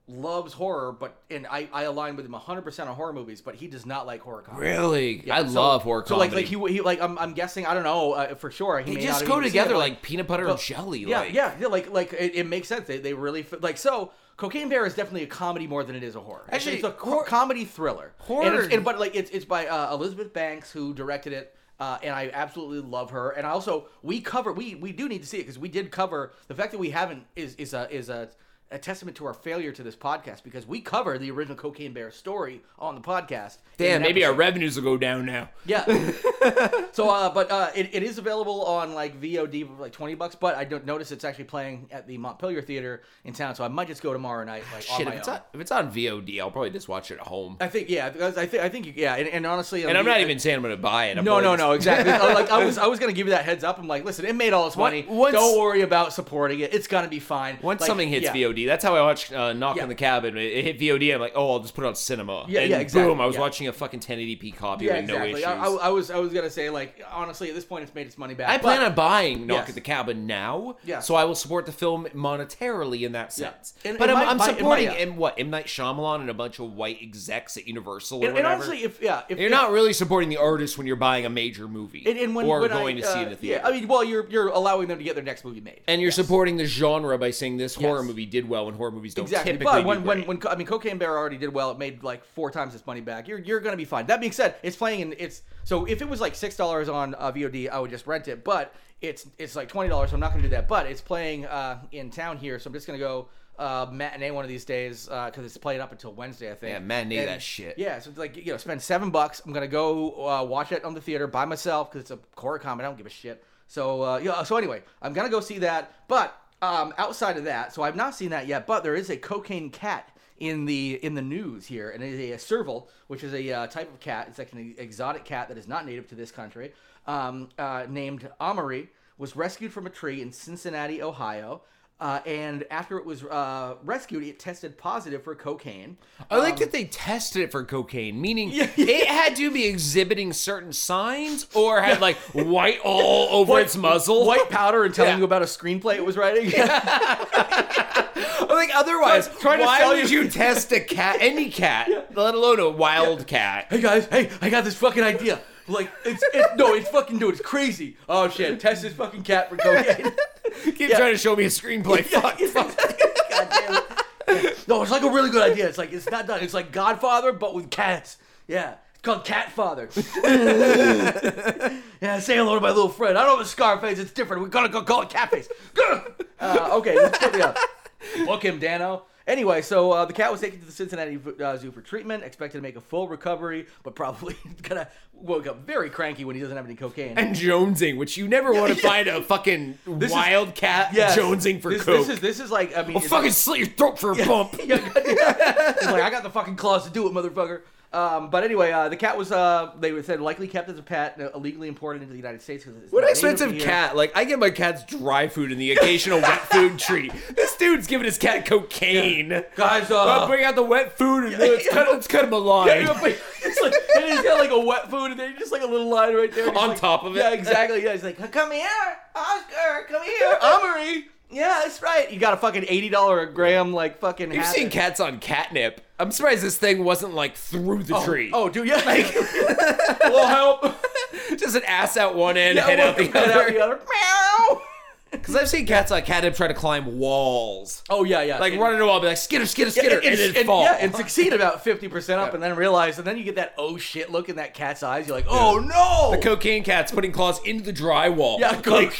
[SPEAKER 2] loves horror, but and I, I align with him 100 percent on horror movies, but he does not like horror comedies.
[SPEAKER 1] really, I
[SPEAKER 2] So-
[SPEAKER 1] love horror
[SPEAKER 2] So
[SPEAKER 1] comedy.
[SPEAKER 2] like like he, he like I'm, I'm guessing I don't know uh, for sure. He
[SPEAKER 1] they
[SPEAKER 2] may not
[SPEAKER 1] just
[SPEAKER 2] have
[SPEAKER 1] go
[SPEAKER 2] even seen it,
[SPEAKER 1] together
[SPEAKER 2] but-
[SPEAKER 1] like peanut butter and
[SPEAKER 2] but-
[SPEAKER 1] jelly.
[SPEAKER 2] yeah,
[SPEAKER 1] like.
[SPEAKER 2] yeah, yeah. Like, like it, it makes sense. They, they really fit, like so. Cocaine Bear is definitely a comedy more than it is a horror. It's-
[SPEAKER 1] Actually,
[SPEAKER 2] it's a co-
[SPEAKER 1] hor-
[SPEAKER 2] comedy thriller.
[SPEAKER 1] horror-
[SPEAKER 2] And it's, and, but like it's it's by uh, Elizabeth Banks who directed it, uh, and I absolutely love her. And I also we cover we we do need to see it because we did cover the fact that we haven't is is a is a. A testament to our failure to this podcast because we cover the original Cocaine Bear story on the podcast. in
[SPEAKER 1] Damn,
[SPEAKER 2] an
[SPEAKER 1] maybe
[SPEAKER 2] episode.
[SPEAKER 1] our revenues will go down now.
[SPEAKER 2] Yeah. so, uh, but uh, it, it is available on like VOD for like twenty bucks. But I don't notice it's actually playing at the Montpelier Theater in town, so I might just go tomorrow night. Like on
[SPEAKER 1] Shit,
[SPEAKER 2] my
[SPEAKER 1] if it's,
[SPEAKER 2] own.
[SPEAKER 1] on, if it's on VOD, I'll probably just watch it at home.
[SPEAKER 2] I think yeah. because I think I think you, yeah. And, and honestly,
[SPEAKER 1] And I'm not even saying I'm going to buy it. I'm
[SPEAKER 2] No,
[SPEAKER 1] probably
[SPEAKER 2] no,
[SPEAKER 1] just-
[SPEAKER 2] no, exactly. I- like I was, I was gonna give you that heads up. I'm like, listen, it made all its money.
[SPEAKER 1] once-
[SPEAKER 2] don't worry about supporting it. It's gonna be fine.
[SPEAKER 1] Once
[SPEAKER 2] Like,
[SPEAKER 1] something hits
[SPEAKER 2] yeah.
[SPEAKER 1] VOD, that's how I watched uh, Knock
[SPEAKER 2] Yeah.
[SPEAKER 1] on the Cabin. It it hit VOD. I'm like, oh, I'll just put it on cinema.
[SPEAKER 2] Yeah,
[SPEAKER 1] and
[SPEAKER 2] yeah, exactly,
[SPEAKER 1] Boom! I was
[SPEAKER 2] yeah.
[SPEAKER 1] watching a fucking 1080p copy
[SPEAKER 2] Yeah,
[SPEAKER 1] with no
[SPEAKER 2] exactly.
[SPEAKER 1] issues.
[SPEAKER 2] I,
[SPEAKER 1] I,
[SPEAKER 2] I, I was, I was gonna say like, honestly, at this point, it's made its money back.
[SPEAKER 1] plan
[SPEAKER 2] but-
[SPEAKER 1] on buying Knock
[SPEAKER 2] Yes.
[SPEAKER 1] at the Cabin now,
[SPEAKER 2] Yeah.
[SPEAKER 1] so I will support the film monetarily in that sense.
[SPEAKER 2] And-
[SPEAKER 1] but
[SPEAKER 2] and
[SPEAKER 1] I'm,
[SPEAKER 2] my-
[SPEAKER 1] I'm
[SPEAKER 2] my- and my-
[SPEAKER 1] supporting
[SPEAKER 2] yeah.
[SPEAKER 1] M, what M Night Shyamalan and a bunch of white execs at Universal or
[SPEAKER 2] And, and
[SPEAKER 1] whatever.
[SPEAKER 2] honestly, if yeah, if
[SPEAKER 1] You're
[SPEAKER 2] if-
[SPEAKER 1] not really supporting the artist when you're buying a major movie
[SPEAKER 2] And, and when,
[SPEAKER 1] or
[SPEAKER 2] when
[SPEAKER 1] going
[SPEAKER 2] I,
[SPEAKER 1] to see it
[SPEAKER 2] uh,
[SPEAKER 1] at the theater.
[SPEAKER 2] Yeah, I mean, well, you're you're allowing them to get their next movie made.
[SPEAKER 1] and you're
[SPEAKER 2] Yes.
[SPEAKER 1] supporting the genre by saying this horror
[SPEAKER 2] Yes.
[SPEAKER 1] movie did well when horror movies don't
[SPEAKER 2] exactly.
[SPEAKER 1] typically
[SPEAKER 2] But when,
[SPEAKER 1] do
[SPEAKER 2] when
[SPEAKER 1] great.
[SPEAKER 2] when Co- I mean, Cocaine Bear already did well. It made like four times its money back. You're you're gonna be fine. That being said, it's playing in it's so if it was like six dollars on uh, VOD, I would just rent it. But it's it's like twenty dollars. So I'm not gonna do that. But it's playing uh, in town here, so I'm just gonna go. Uh, matinee one of these days because it's playing up until Wednesday, I think.
[SPEAKER 1] Yeah, matinee
[SPEAKER 2] And-
[SPEAKER 1] that shit.
[SPEAKER 2] Yeah, so it's like you know, spend seven bucks. I'm gonna go uh, watch it on the theater by myself because it's a horror comedy. I don't give a shit. So uh, yeah. So anyway, I'm gonna go see that. But um, outside of that, so I've not seen that yet. But there is a cocaine cat in the in the news here, and it is a serval, which is a uh, type of cat. It's like an exotic cat that is not native to this country. Um, uh, named Amari was rescued from a tree in Cincinnati, Ohio. Uh, Uh, and after it was uh, rescued, it tested positive for cocaine.
[SPEAKER 1] I like that they tested it for cocaine, meaning
[SPEAKER 2] Um, Yeah,
[SPEAKER 1] it had to be exhibiting certain signs or had like white all over its muzzle.
[SPEAKER 2] White powder and telling
[SPEAKER 1] Yeah.
[SPEAKER 2] you about a screenplay it was writing.
[SPEAKER 1] I'm like otherwise,
[SPEAKER 2] Trying to
[SPEAKER 1] why
[SPEAKER 2] sell
[SPEAKER 1] would
[SPEAKER 2] you-
[SPEAKER 1] you test a cat, any cat, let alone a wild cat?
[SPEAKER 2] hey guys, hey, I got this fucking idea. Like, it's, it's no, it's fucking dude, it's crazy. Oh shit, test this fucking cat for cocaine.
[SPEAKER 1] Keep
[SPEAKER 2] Yeah.
[SPEAKER 1] trying to show me a screenplay. Fuck.
[SPEAKER 2] God damn it. Yeah. No, it's like a really good idea. It's like it's not done. It's like Godfather, but with cats. Yeah. It's called Catfather. yeah, say hello to my little friend. I don't have a Scarface. It's different. We're gonna go call it Catface. uh, okay, let's put me up. Book him, Dano. Anyway, so uh, the cat was taken to the Cincinnati uh, Zoo for treatment, expected to make a full recovery, but probably gonna woke up very cranky when he doesn't have any cocaine.
[SPEAKER 1] And jonesing, which you never want to find a fucking
[SPEAKER 2] This is-
[SPEAKER 1] wild cat
[SPEAKER 2] Yes.
[SPEAKER 1] jonesing for
[SPEAKER 2] this,
[SPEAKER 1] coke.
[SPEAKER 2] This is this is like I mean,
[SPEAKER 1] I'll
[SPEAKER 2] it's-
[SPEAKER 1] fucking slit your throat for a bump.
[SPEAKER 2] Yeah, yeah. He's like, I got the fucking claws to do it, motherfucker. Um, but anyway, uh, the cat was, uh, they said, likely kept as a pet, uh, illegally imported into the United States. 'cause it's
[SPEAKER 1] What an
[SPEAKER 2] not native
[SPEAKER 1] expensive
[SPEAKER 2] here.
[SPEAKER 1] cat. Like, I get my cat's dry food and the occasional wet food treat. This dude's giving his cat cocaine.
[SPEAKER 2] Guys, uh,
[SPEAKER 1] I'll bring out the wet food and let's, cut, let's cut him a line.
[SPEAKER 2] Yeah, but it's like, and he's got like a wet food and then just like a little line right there. and he's
[SPEAKER 1] On
[SPEAKER 2] like-
[SPEAKER 1] top of it.
[SPEAKER 2] Yeah, exactly. Yeah, he's like, come here, Oscar, come here, Omri. Yeah, that's right. You got a fucking $80 a gram, like fucking
[SPEAKER 1] You've
[SPEAKER 2] hat
[SPEAKER 1] seen
[SPEAKER 2] that-
[SPEAKER 1] cats on catnip. I'm surprised this thing wasn't like through the tree.
[SPEAKER 2] Oh, dude, yeah. Like, a little help.
[SPEAKER 1] just an ass out one end,
[SPEAKER 2] Yeah,
[SPEAKER 1] head out the
[SPEAKER 2] one- head out the
[SPEAKER 1] other.
[SPEAKER 2] other. Meow.
[SPEAKER 1] Because I've seen cats on catnip try to climb walls,
[SPEAKER 2] Oh, yeah, yeah.
[SPEAKER 1] like
[SPEAKER 2] And-
[SPEAKER 1] running a wall, be like skitter, skitter, skitter, and, then
[SPEAKER 2] and-
[SPEAKER 1] fall.
[SPEAKER 2] Yeah, and succeed about fifty percent up, and then realize, and then you get that oh shit look in that cat's eyes. You're like, oh no.
[SPEAKER 1] Cocaine cats putting claws into the drywall.
[SPEAKER 2] Yeah, go-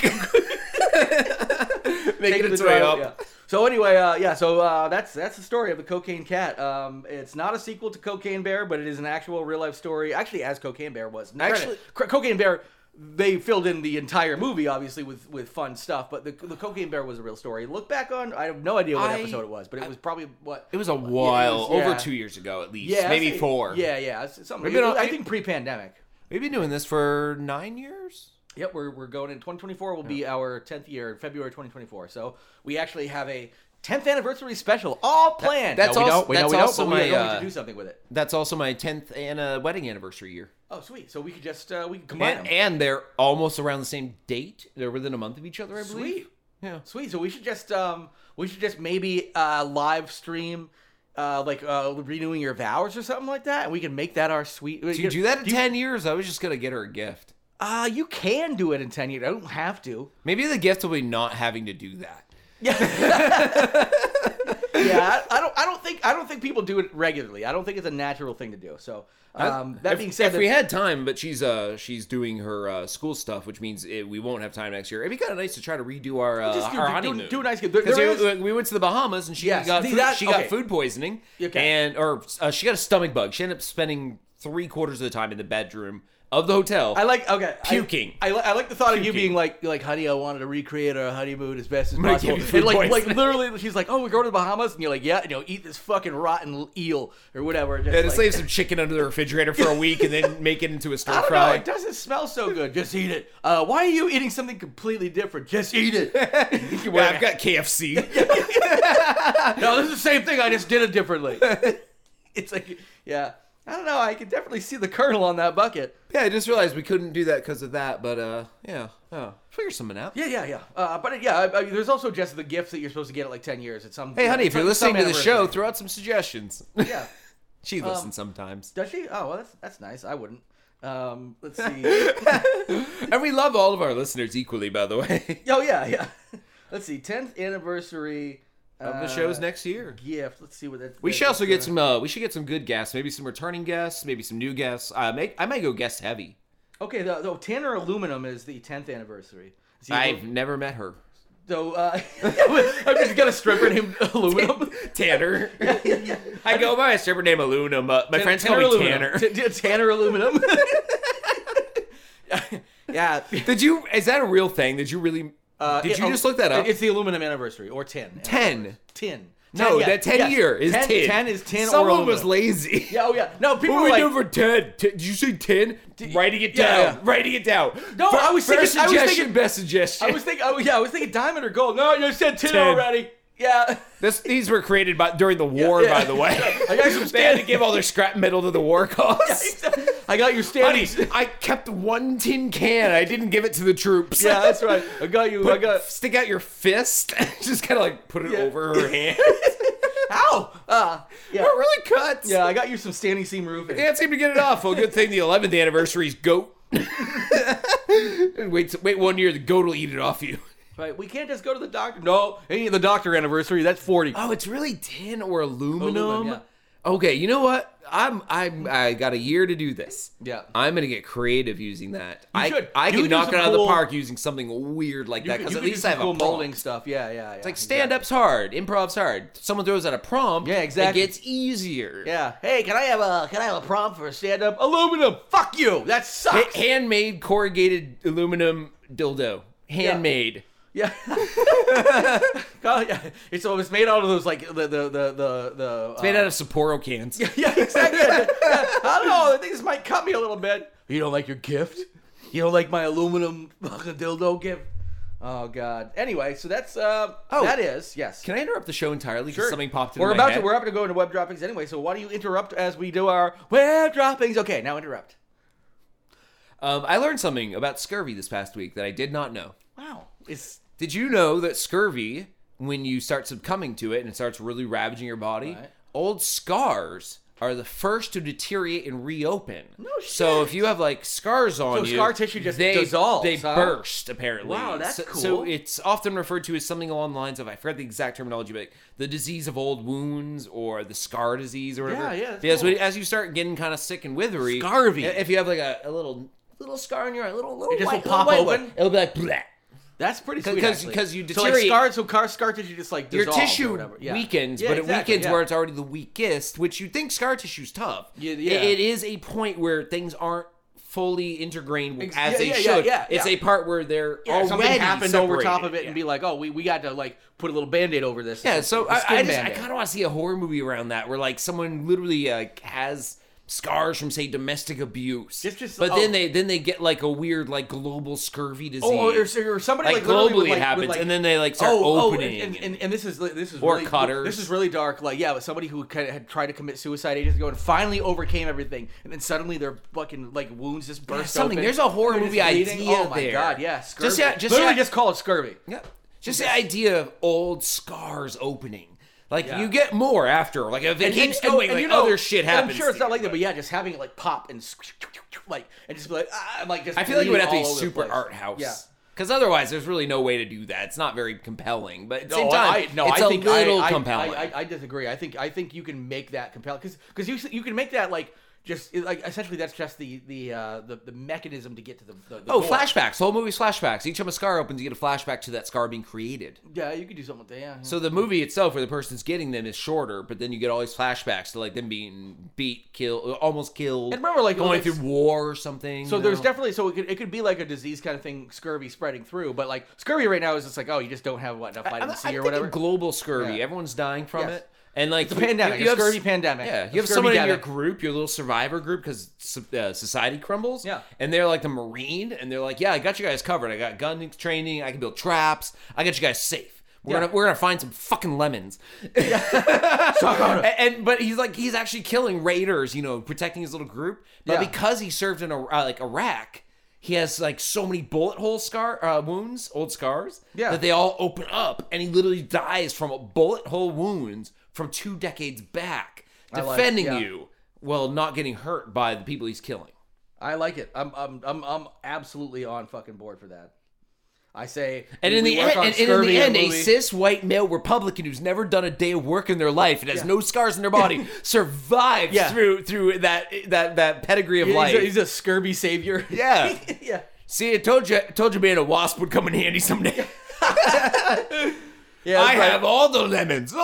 [SPEAKER 1] making
[SPEAKER 2] Take
[SPEAKER 1] its
[SPEAKER 2] the
[SPEAKER 1] way
[SPEAKER 2] drive-
[SPEAKER 1] up.
[SPEAKER 2] yeah. So anyway, uh, yeah, so uh, that's that's the story of the cocaine cat. Um, it's not a sequel to Cocaine Bear, but it is an actual real life story. Actually, as Cocaine Bear was.
[SPEAKER 1] Actually-
[SPEAKER 2] Actually, Cocaine Bear. They filled in the entire movie, obviously, with, with fun stuff. But the, the Cocaine Bear was a real story. Look back on, I have no idea what
[SPEAKER 1] I-
[SPEAKER 2] episode it was, but it was probably what
[SPEAKER 1] It was a while, over
[SPEAKER 2] yeah.
[SPEAKER 1] two years ago at least,
[SPEAKER 2] yeah, I'd
[SPEAKER 1] maybe
[SPEAKER 2] say-
[SPEAKER 1] four.
[SPEAKER 2] Yeah, yeah, it's something.
[SPEAKER 1] We've been on-
[SPEAKER 2] I think pre-pandemic.
[SPEAKER 1] we've been doing this for nine years.
[SPEAKER 2] Yep, we're, we're going in 2024 will be our 10th year in February 2024. So we actually have a 10th anniversary special all planned.
[SPEAKER 1] that's
[SPEAKER 2] no, we
[SPEAKER 1] also-
[SPEAKER 2] don't. We
[SPEAKER 1] that's
[SPEAKER 2] know we don't,
[SPEAKER 1] also
[SPEAKER 2] but we
[SPEAKER 1] my,
[SPEAKER 2] are going
[SPEAKER 1] uh,
[SPEAKER 2] to do something with it.
[SPEAKER 1] That's also my tenth and uh, wedding anniversary year,
[SPEAKER 2] Oh, sweet. So we could just uh, we could combine
[SPEAKER 1] and,
[SPEAKER 2] them.
[SPEAKER 1] and they're almost around the same date. They're within a month of each other, I believe.
[SPEAKER 2] sweet.
[SPEAKER 1] Yeah.
[SPEAKER 2] Sweet. So we should just um we should just maybe uh live stream uh like uh renewing your vows or something like that and we can make that our sweet
[SPEAKER 1] Do you do that in ten years? I was just gonna get her a gift.
[SPEAKER 2] Uh you can do it in 10 years. I don't have to.
[SPEAKER 1] Maybe the gift will be not having to do that.
[SPEAKER 2] yeah, I, I don't. I don't think. I don't think people do it regularly. I don't think it's a natural thing to do. So um, that
[SPEAKER 1] if,
[SPEAKER 2] being said,
[SPEAKER 1] if we had time, but she's uh she's doing her uh, school stuff, which means it, we won't have time next year. It'd be kind of nice to try to redo our uh,
[SPEAKER 2] Just do-
[SPEAKER 1] our
[SPEAKER 2] do- do-
[SPEAKER 1] honeymoon.
[SPEAKER 2] do a nice- there-
[SPEAKER 1] Because
[SPEAKER 2] there
[SPEAKER 1] we, we went to the Bahamas and she
[SPEAKER 2] Yes,
[SPEAKER 1] got
[SPEAKER 2] see,
[SPEAKER 1] food,
[SPEAKER 2] that-
[SPEAKER 1] she got
[SPEAKER 2] okay.
[SPEAKER 1] food poisoning
[SPEAKER 2] Okay.
[SPEAKER 1] and or uh, she got a stomach bug. She ended up spending three quarters of the time in the bedroom of the hotel.
[SPEAKER 2] I like okay I-
[SPEAKER 1] Puking.
[SPEAKER 2] I, li- I like the thought of you
[SPEAKER 1] Puking.
[SPEAKER 2] being like, you're like, honey, I wanted to recreate our honeymoon as best as
[SPEAKER 1] gonna
[SPEAKER 2] possible.
[SPEAKER 1] give you food
[SPEAKER 2] And like, like
[SPEAKER 1] poisoning.
[SPEAKER 2] literally, she's like, oh, we're going to the Bahamas, and you're like, yeah, and you'll eat this fucking rotten eel or whatever. Just
[SPEAKER 1] and just
[SPEAKER 2] like,
[SPEAKER 1] leave some chicken under the refrigerator for a week and then make it into a stir
[SPEAKER 2] I don't know.
[SPEAKER 1] fry.
[SPEAKER 2] It doesn't smell so good. Just eat it. Uh, why are you eating something completely different? Just eat it.
[SPEAKER 1] Yeah, I've got KFC.
[SPEAKER 2] no, this is the same thing. I just did it differently. it's like, yeah, I don't know. I can definitely see the kernel on that bucket.
[SPEAKER 1] Yeah, I just realized we couldn't do that because of that, but uh, yeah, oh, figure something out.
[SPEAKER 2] Yeah, yeah, yeah. Uh, but yeah, I, I mean, there's also just the gifts that you're supposed to get at like ten years at some.
[SPEAKER 1] Hey, honey, if
[SPEAKER 2] some-
[SPEAKER 1] you're listening
[SPEAKER 2] some
[SPEAKER 1] to the show,
[SPEAKER 2] anniversary.
[SPEAKER 1] throw out some suggestions.
[SPEAKER 2] yeah.
[SPEAKER 1] she listens sometimes,
[SPEAKER 2] Does she? Oh, well, that's that's nice. I wouldn't. Um, let's see. oh
[SPEAKER 1] and we love all of our listeners equally. By the way,
[SPEAKER 2] yeah, yeah. Let's see. Tenth anniversary uh,
[SPEAKER 1] of the show's next year.
[SPEAKER 2] gift. Let's see what that.
[SPEAKER 1] We should also get some. Uh, we should get some good guests. Maybe some returning guests. Maybe some new guests. I may. I might go guest heavy.
[SPEAKER 2] Okay, the, the Tanner Aluminum is the tenth anniversary. See,
[SPEAKER 1] I've never met her.
[SPEAKER 2] So uh, I'm just gonna stripper named Aluminum.
[SPEAKER 1] Tanner.
[SPEAKER 2] yeah.
[SPEAKER 1] I go by a stripper name Aluminum. Uh, my friends call me Tanner.
[SPEAKER 2] T- t- Tanner Aluminum. yeah.
[SPEAKER 1] Did you? Is that a real thing? Did you really?
[SPEAKER 2] Uh,
[SPEAKER 1] did
[SPEAKER 2] it-
[SPEAKER 1] you just look that up?
[SPEAKER 2] It's the aluminum anniversary or tin.
[SPEAKER 1] ten.
[SPEAKER 2] Tin.
[SPEAKER 1] No,
[SPEAKER 2] yeah,
[SPEAKER 1] that 10
[SPEAKER 2] yes.
[SPEAKER 1] year is
[SPEAKER 2] 10
[SPEAKER 1] 10.
[SPEAKER 2] 10 is 10 or
[SPEAKER 1] Someone was
[SPEAKER 2] over.
[SPEAKER 1] lazy.
[SPEAKER 2] Yeah, oh yeah. No, people
[SPEAKER 1] What
[SPEAKER 2] were
[SPEAKER 1] we
[SPEAKER 2] like,
[SPEAKER 1] do for 10? Did you say 10? Writing it
[SPEAKER 2] yeah,
[SPEAKER 1] down.
[SPEAKER 2] yeah.
[SPEAKER 1] Writing it down.
[SPEAKER 2] No,
[SPEAKER 1] Fir-
[SPEAKER 2] I was thinking-
[SPEAKER 1] First
[SPEAKER 2] I was
[SPEAKER 1] suggestion,
[SPEAKER 2] thinking-
[SPEAKER 1] best suggestion.
[SPEAKER 2] I was thinking, oh yeah, I was thinking diamond or gold. No, you said tin
[SPEAKER 1] 10.
[SPEAKER 2] already. Yeah.
[SPEAKER 1] This, these were created by, during the war,
[SPEAKER 2] yeah.
[SPEAKER 1] by the way.
[SPEAKER 2] I got some
[SPEAKER 1] they had to
[SPEAKER 2] stan-
[SPEAKER 1] give all their scrap metal to the war cause.
[SPEAKER 2] I got your
[SPEAKER 1] Honey,
[SPEAKER 2] standing.
[SPEAKER 1] I kept one tin can. I didn't give it to the troops.
[SPEAKER 2] Yeah, that's right. I got you. I
[SPEAKER 1] Put-
[SPEAKER 2] got.
[SPEAKER 1] stick out your fist. Just kind of like put it
[SPEAKER 2] Yeah.
[SPEAKER 1] over her hand.
[SPEAKER 2] Ow! Uh, yeah.
[SPEAKER 1] It really cuts.
[SPEAKER 2] Yeah, I got you some standing seam roofing.
[SPEAKER 1] Can't seem to get it off. Well, good thing the 11th anniversary's goat. wait, wait one year, the goat will eat it off you.
[SPEAKER 2] Right, we can't just go to the doctor. No, ain't the doctor anniversary. That's forty.
[SPEAKER 1] Oh, it's really tin or aluminum.
[SPEAKER 2] Aluminum, yeah.
[SPEAKER 1] Okay, you know what? I'm I'm I got a year to do this.
[SPEAKER 2] Yeah.
[SPEAKER 1] I'm gonna get creative using that. I
[SPEAKER 2] should.
[SPEAKER 1] I
[SPEAKER 2] You
[SPEAKER 1] can
[SPEAKER 2] could do
[SPEAKER 1] knock it
[SPEAKER 2] some
[SPEAKER 1] out of the
[SPEAKER 2] cool-
[SPEAKER 1] park using something weird like that
[SPEAKER 2] could-
[SPEAKER 1] because at
[SPEAKER 2] could do
[SPEAKER 1] least
[SPEAKER 2] some
[SPEAKER 1] I have
[SPEAKER 2] cool
[SPEAKER 1] a
[SPEAKER 2] molding
[SPEAKER 1] prompt.
[SPEAKER 2] stuff. Yeah, yeah, yeah. It's
[SPEAKER 1] Like stand up's hard, improv's hard. Someone throws out a prompt.
[SPEAKER 2] Yeah, exactly.
[SPEAKER 1] It gets easier.
[SPEAKER 2] Yeah. Hey, can I have a can I have a prompt for a stand up? Aluminum. Fuck you. That
[SPEAKER 1] Ha-
[SPEAKER 2] sucks.
[SPEAKER 1] handmade corrugated aluminum dildo. Handmade.
[SPEAKER 2] yeah. Oh, yeah. It's it's made out of those like the the the the. the uh,
[SPEAKER 1] It's made out of Sapporo cans.
[SPEAKER 2] Yeah, exactly. Yeah, I don't know. I think this might cut me a little bit. You don't like your gift? You don't like my aluminum fucking dildo gift? Oh god. Anyway, so that's uh
[SPEAKER 1] Oh.
[SPEAKER 2] that is yes.
[SPEAKER 1] Can I interrupt the show entirely? Because
[SPEAKER 2] Sure.
[SPEAKER 1] something popped in
[SPEAKER 2] We're
[SPEAKER 1] my
[SPEAKER 2] about
[SPEAKER 1] head.
[SPEAKER 2] to we're about to go into web droppings anyway. So why do you interrupt as we do our web droppings? Okay, now interrupt.
[SPEAKER 1] Um, I learned something about scurvy this past week that I did not know.
[SPEAKER 2] Wow. It's
[SPEAKER 1] Did you know that scurvy, when you start succumbing to it and it starts really ravaging your body,
[SPEAKER 2] Right.
[SPEAKER 1] old scars are the first to deteriorate and reopen. No So
[SPEAKER 2] shit.
[SPEAKER 1] if you have like scars on
[SPEAKER 2] So
[SPEAKER 1] you,
[SPEAKER 2] scar tissue just
[SPEAKER 1] they,
[SPEAKER 2] dissolves,
[SPEAKER 1] They
[SPEAKER 2] huh?
[SPEAKER 1] burst apparently.
[SPEAKER 2] Wow, that's
[SPEAKER 1] so,
[SPEAKER 2] cool.
[SPEAKER 1] So it's often referred to as something along the lines of I forget the exact terminology, but the disease of old wounds or the scar disease or whatever.
[SPEAKER 2] Yeah, yeah, that's
[SPEAKER 1] Because
[SPEAKER 2] cool.
[SPEAKER 1] when- as you start getting kind of sick and withery,
[SPEAKER 2] Scarvy.
[SPEAKER 1] If you have like a, a little little scar on your eye, little little
[SPEAKER 2] It just
[SPEAKER 1] white,
[SPEAKER 2] will
[SPEAKER 1] little
[SPEAKER 2] pop
[SPEAKER 1] white
[SPEAKER 2] open?
[SPEAKER 1] one, it'll be like. Bleh
[SPEAKER 2] that's pretty sweet.
[SPEAKER 1] 'cause-
[SPEAKER 2] actually.
[SPEAKER 1] 'cause you
[SPEAKER 2] So
[SPEAKER 1] deteriorate-
[SPEAKER 2] like scar so car scar tissue just like
[SPEAKER 1] your
[SPEAKER 2] dissolves or
[SPEAKER 1] tissue
[SPEAKER 2] whatever. Yeah.
[SPEAKER 1] weakens,
[SPEAKER 2] Yeah,
[SPEAKER 1] but it
[SPEAKER 2] exactly,
[SPEAKER 1] weakens
[SPEAKER 2] yeah.
[SPEAKER 1] where it's already the weakest, which you think scar tissue's tough.
[SPEAKER 2] Yeah,
[SPEAKER 1] It-
[SPEAKER 2] yeah.
[SPEAKER 1] it is a point where things aren't fully intergrained
[SPEAKER 2] Ex-
[SPEAKER 1] as
[SPEAKER 2] yeah,
[SPEAKER 1] they
[SPEAKER 2] yeah, yeah,
[SPEAKER 1] should.
[SPEAKER 2] yeah,
[SPEAKER 1] it's
[SPEAKER 2] yeah.
[SPEAKER 1] a part where they're
[SPEAKER 2] Yeah,
[SPEAKER 1] already
[SPEAKER 2] something happened over top of it
[SPEAKER 1] separated.
[SPEAKER 2] and be like, oh, we, we got to like put a little band-aid over this.
[SPEAKER 1] yeah. So
[SPEAKER 2] A
[SPEAKER 1] I,
[SPEAKER 2] skin
[SPEAKER 1] I just I
[SPEAKER 2] Band-Aid.
[SPEAKER 1] kind of want to see a horror movie around that where like someone literally uh, has scars from say domestic abuse,
[SPEAKER 2] Just- just-
[SPEAKER 1] but
[SPEAKER 2] oh.
[SPEAKER 1] then they then they get like a weird like global scurvy disease.
[SPEAKER 2] Oh, or, or somebody
[SPEAKER 1] like,
[SPEAKER 2] like, literally
[SPEAKER 1] globally
[SPEAKER 2] would,
[SPEAKER 1] it
[SPEAKER 2] like,
[SPEAKER 1] happens,
[SPEAKER 2] would, like, Oh,
[SPEAKER 1] and then they like start opening.
[SPEAKER 2] and, and, and this is this is
[SPEAKER 1] Or
[SPEAKER 2] really,
[SPEAKER 1] cutters.
[SPEAKER 2] This is really dark. Like yeah, but somebody who kind of had tried to commit suicide ages ago and finally overcame everything, and then suddenly their fucking like wounds just burst
[SPEAKER 1] something.
[SPEAKER 2] open.
[SPEAKER 1] There's a horror
[SPEAKER 2] They're
[SPEAKER 1] movie
[SPEAKER 2] just bleeding.
[SPEAKER 1] idea
[SPEAKER 2] Oh my
[SPEAKER 1] there.
[SPEAKER 2] god, yeah,
[SPEAKER 1] Just
[SPEAKER 2] scurvy.
[SPEAKER 1] yeah- just
[SPEAKER 2] literally
[SPEAKER 1] yeah.
[SPEAKER 2] just call it scurvy.
[SPEAKER 1] Yeah. Just the idea of old scars opening. Like
[SPEAKER 2] Yeah.
[SPEAKER 1] you get more after. Like if it
[SPEAKER 2] And-
[SPEAKER 1] keeps
[SPEAKER 2] and- and-
[SPEAKER 1] going,
[SPEAKER 2] and
[SPEAKER 1] like
[SPEAKER 2] you know-
[SPEAKER 1] other shit
[SPEAKER 2] and
[SPEAKER 1] happens.
[SPEAKER 2] I'm sure it's
[SPEAKER 1] to
[SPEAKER 2] not
[SPEAKER 1] you,
[SPEAKER 2] like that, but yeah, just having it like pop and like and just be like ah, and, like just.
[SPEAKER 1] I feel like it would have to be
[SPEAKER 2] bleeding all over the
[SPEAKER 1] super
[SPEAKER 2] place.
[SPEAKER 1] art house.
[SPEAKER 2] Yeah.
[SPEAKER 1] Because otherwise, there's really no way to do that. It's not very compelling. But at the same
[SPEAKER 2] No,
[SPEAKER 1] time,
[SPEAKER 2] I, I, no,
[SPEAKER 1] it's
[SPEAKER 2] I
[SPEAKER 1] a
[SPEAKER 2] think
[SPEAKER 1] little
[SPEAKER 2] I, I,
[SPEAKER 1] compelling.
[SPEAKER 2] I, I, I disagree. I think I think you can make that compelling because because you you can make that like just like essentially that's just the the uh, the, the mechanism to get to the, the, the
[SPEAKER 1] oh,
[SPEAKER 2] goal.
[SPEAKER 1] flashbacks. Whole movie's flashbacks. Each time a scar opens, you get a flashback to that scar being created.
[SPEAKER 2] Yeah, you could do something with that. Yeah.
[SPEAKER 1] So the movie itself, where the person's getting them, is shorter, but then you get all these flashbacks to like them being beat, killed, almost killed,
[SPEAKER 2] And remember, like,
[SPEAKER 1] going
[SPEAKER 2] like-
[SPEAKER 1] through war or something.
[SPEAKER 2] so
[SPEAKER 1] you
[SPEAKER 2] there's
[SPEAKER 1] know?
[SPEAKER 2] definitely so it could, it could be like a disease kind of thing, scurvy spreading through. But like scurvy right now is just like oh you just don't have what, enough
[SPEAKER 1] I'm,
[SPEAKER 2] vitamin
[SPEAKER 1] I'm
[SPEAKER 2] C or
[SPEAKER 1] thinking
[SPEAKER 2] whatever.
[SPEAKER 1] global scurvy.
[SPEAKER 2] Yeah.
[SPEAKER 1] Everyone's dying from
[SPEAKER 2] Yes.
[SPEAKER 1] it, and like
[SPEAKER 2] It's a pandemic, a scurvy pandemic,
[SPEAKER 1] Yeah,
[SPEAKER 2] a
[SPEAKER 1] you have someone in your
[SPEAKER 2] scurvydemic.
[SPEAKER 1] group, your little survivor group, because uh, society crumbles.
[SPEAKER 2] Yeah.
[SPEAKER 1] and they're like the marine, and they're like, "Yeah, I got you guys covered. I got gun training. I can build traps. I got you guys safe." We're,
[SPEAKER 2] Yeah.
[SPEAKER 1] gonna, we're gonna find some fucking lemons,
[SPEAKER 2] Suck on it.
[SPEAKER 1] and, and- but he's like he's actually killing raiders, you know, protecting his little group. But
[SPEAKER 2] Yeah.
[SPEAKER 1] because he served in Iraq, like Iraq, he has like so many bullet hole scar uh, wounds, old scars,
[SPEAKER 2] Yeah.
[SPEAKER 1] that they all open up, and he literally dies from bullet hole wounds from two decades back,
[SPEAKER 2] like-
[SPEAKER 1] defending
[SPEAKER 2] yeah.
[SPEAKER 1] you while not getting hurt by the people he's killing.
[SPEAKER 2] I like it. I'm I'm I'm I'm absolutely on fucking board for that. I say,
[SPEAKER 1] And
[SPEAKER 2] we-
[SPEAKER 1] in,
[SPEAKER 2] we
[SPEAKER 1] the
[SPEAKER 2] work
[SPEAKER 1] end,
[SPEAKER 2] on
[SPEAKER 1] and, and in
[SPEAKER 2] scurvy
[SPEAKER 1] the
[SPEAKER 2] in
[SPEAKER 1] end,
[SPEAKER 2] the
[SPEAKER 1] a
[SPEAKER 2] movie.
[SPEAKER 1] cis white male Republican who's never done a day of work in their life and has no scars in their body survives
[SPEAKER 2] Yeah.
[SPEAKER 1] through through that that that pedigree of life.
[SPEAKER 2] He's a, he's a scurvy savior.
[SPEAKER 1] Yeah.
[SPEAKER 2] yeah.
[SPEAKER 1] See, I told you, I told you, being a wasp would come in handy someday.
[SPEAKER 2] Yeah,
[SPEAKER 1] I
[SPEAKER 2] it's like-
[SPEAKER 1] have all the lemons.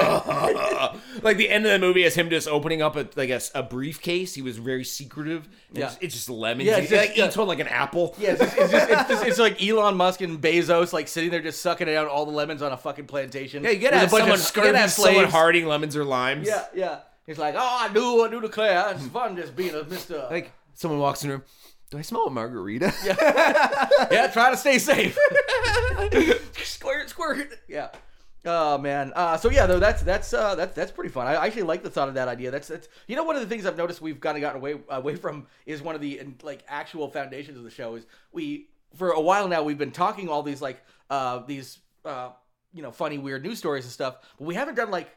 [SPEAKER 1] like the end of the movie is him just opening up a like a, s- a briefcase. He was very secretive. And
[SPEAKER 2] Yeah.
[SPEAKER 1] just- it's just lemons.
[SPEAKER 2] Yeah,
[SPEAKER 1] Yeah,
[SPEAKER 2] it's
[SPEAKER 1] he
[SPEAKER 2] just-
[SPEAKER 1] like,
[SPEAKER 2] yeah.
[SPEAKER 1] eats one like an apple.
[SPEAKER 2] Yeah, it's, just, it's, just, it's, just, it's like Elon Musk and Bezos like sitting there just sucking down all the lemons on a fucking plantation.
[SPEAKER 1] Yeah, you gotta
[SPEAKER 2] with
[SPEAKER 1] have
[SPEAKER 2] a bunch
[SPEAKER 1] someone.
[SPEAKER 2] of
[SPEAKER 1] You gotta
[SPEAKER 2] scurvy
[SPEAKER 1] have someone
[SPEAKER 2] slaves.
[SPEAKER 1] harding lemons or limes.
[SPEAKER 2] Yeah, yeah. He's like, oh, I do, I do declare, it's fun just being a Mister.
[SPEAKER 1] Like someone walks in the room. Do I smell a margarita? Yeah.
[SPEAKER 2] yeah, try to stay safe. squirt, squirt. Yeah. Oh man. Uh, so yeah, though that's that's uh, that's that's pretty fun. I I actually like the thought of that idea. That's that's you know one of the things I've noticed we've kind of gotten away away from is one of the in- like actual foundations of the show is we for a while now we've been talking all these like uh these uh you know funny weird news stories and stuff, but we haven't done like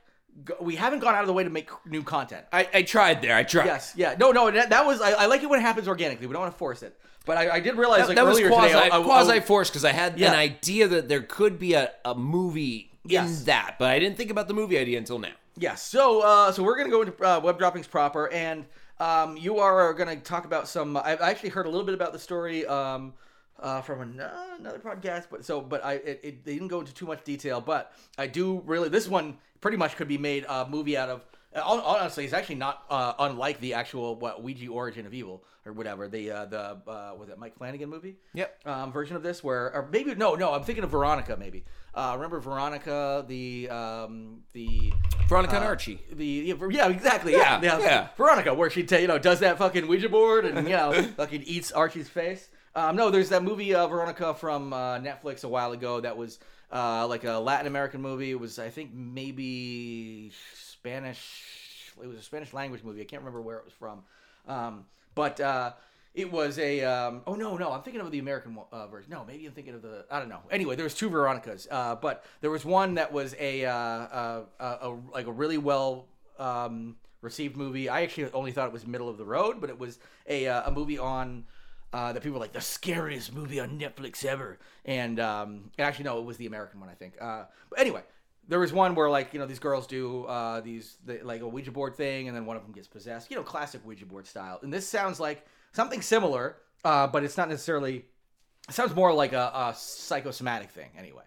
[SPEAKER 2] go, we haven't gone out of the way to make new content.
[SPEAKER 1] I, I tried there. I tried.
[SPEAKER 2] Yes, yeah, no, no, that, that was I, I like it when it happens organically. We don't want to force it, but I, I did realize
[SPEAKER 1] That,
[SPEAKER 2] like
[SPEAKER 1] that was
[SPEAKER 2] earlier
[SPEAKER 1] quasi
[SPEAKER 2] today, I- I- I-
[SPEAKER 1] quasi forced because I had
[SPEAKER 2] Yeah.
[SPEAKER 1] an idea that there could be a, a movie
[SPEAKER 2] Yes.
[SPEAKER 1] in that, but I didn't think about the movie idea until now.
[SPEAKER 2] Yes. So, uh, so we're gonna go into uh, web droppings proper, and um, you are gonna talk about some. I've actually heard a little bit about the story um, uh, from an, uh, another podcast, but so, but I it, it, they didn't go into too much detail. But I do really this one pretty much could be made a movie out of. hon- Honestly, it's actually not uh, unlike the actual what Ouija Origin of Evil or whatever the uh, the uh, was it Mike Flanagan movie?
[SPEAKER 1] Yep.
[SPEAKER 2] um, version of this where, or maybe no, no, I'm thinking of Veronica. Maybe uh, remember Veronica, the um, the
[SPEAKER 1] Veronica
[SPEAKER 2] uh,
[SPEAKER 1] and Archie.
[SPEAKER 2] The yeah, Ver- yeah, exactly, yeah,
[SPEAKER 1] Yeah, yeah.
[SPEAKER 2] Veronica, where she ta- you know does that fucking Ouija board and you know fucking eats Archie's face. Um, no, there's that movie uh, Veronica from uh, Netflix a while ago that was uh, like a Latin American movie. It was I think maybe Spanish. It was a Spanish language movie. I can't remember where it was from. Um, but uh, it was a um, oh no no I'm thinking of the American uh, version. No, maybe I'm thinking of the I don't know. Anyway, there was two Veronicas, uh, but there was one that was a, uh, uh, a, a like a really well um, received movie. I actually only thought it was middle of the road, but it was a uh, a movie on. Uh, that people were like the scariest movie on Netflix ever, and um, actually no, it was the American one I think. Uh, but anyway, there was one where like you know these girls do uh, these the, like a Ouija board thing, and then one of them gets possessed. You know, classic Ouija board style. And this sounds like something similar, uh, but it's not necessarily. It sounds more like a, a psychosomatic thing, anyway.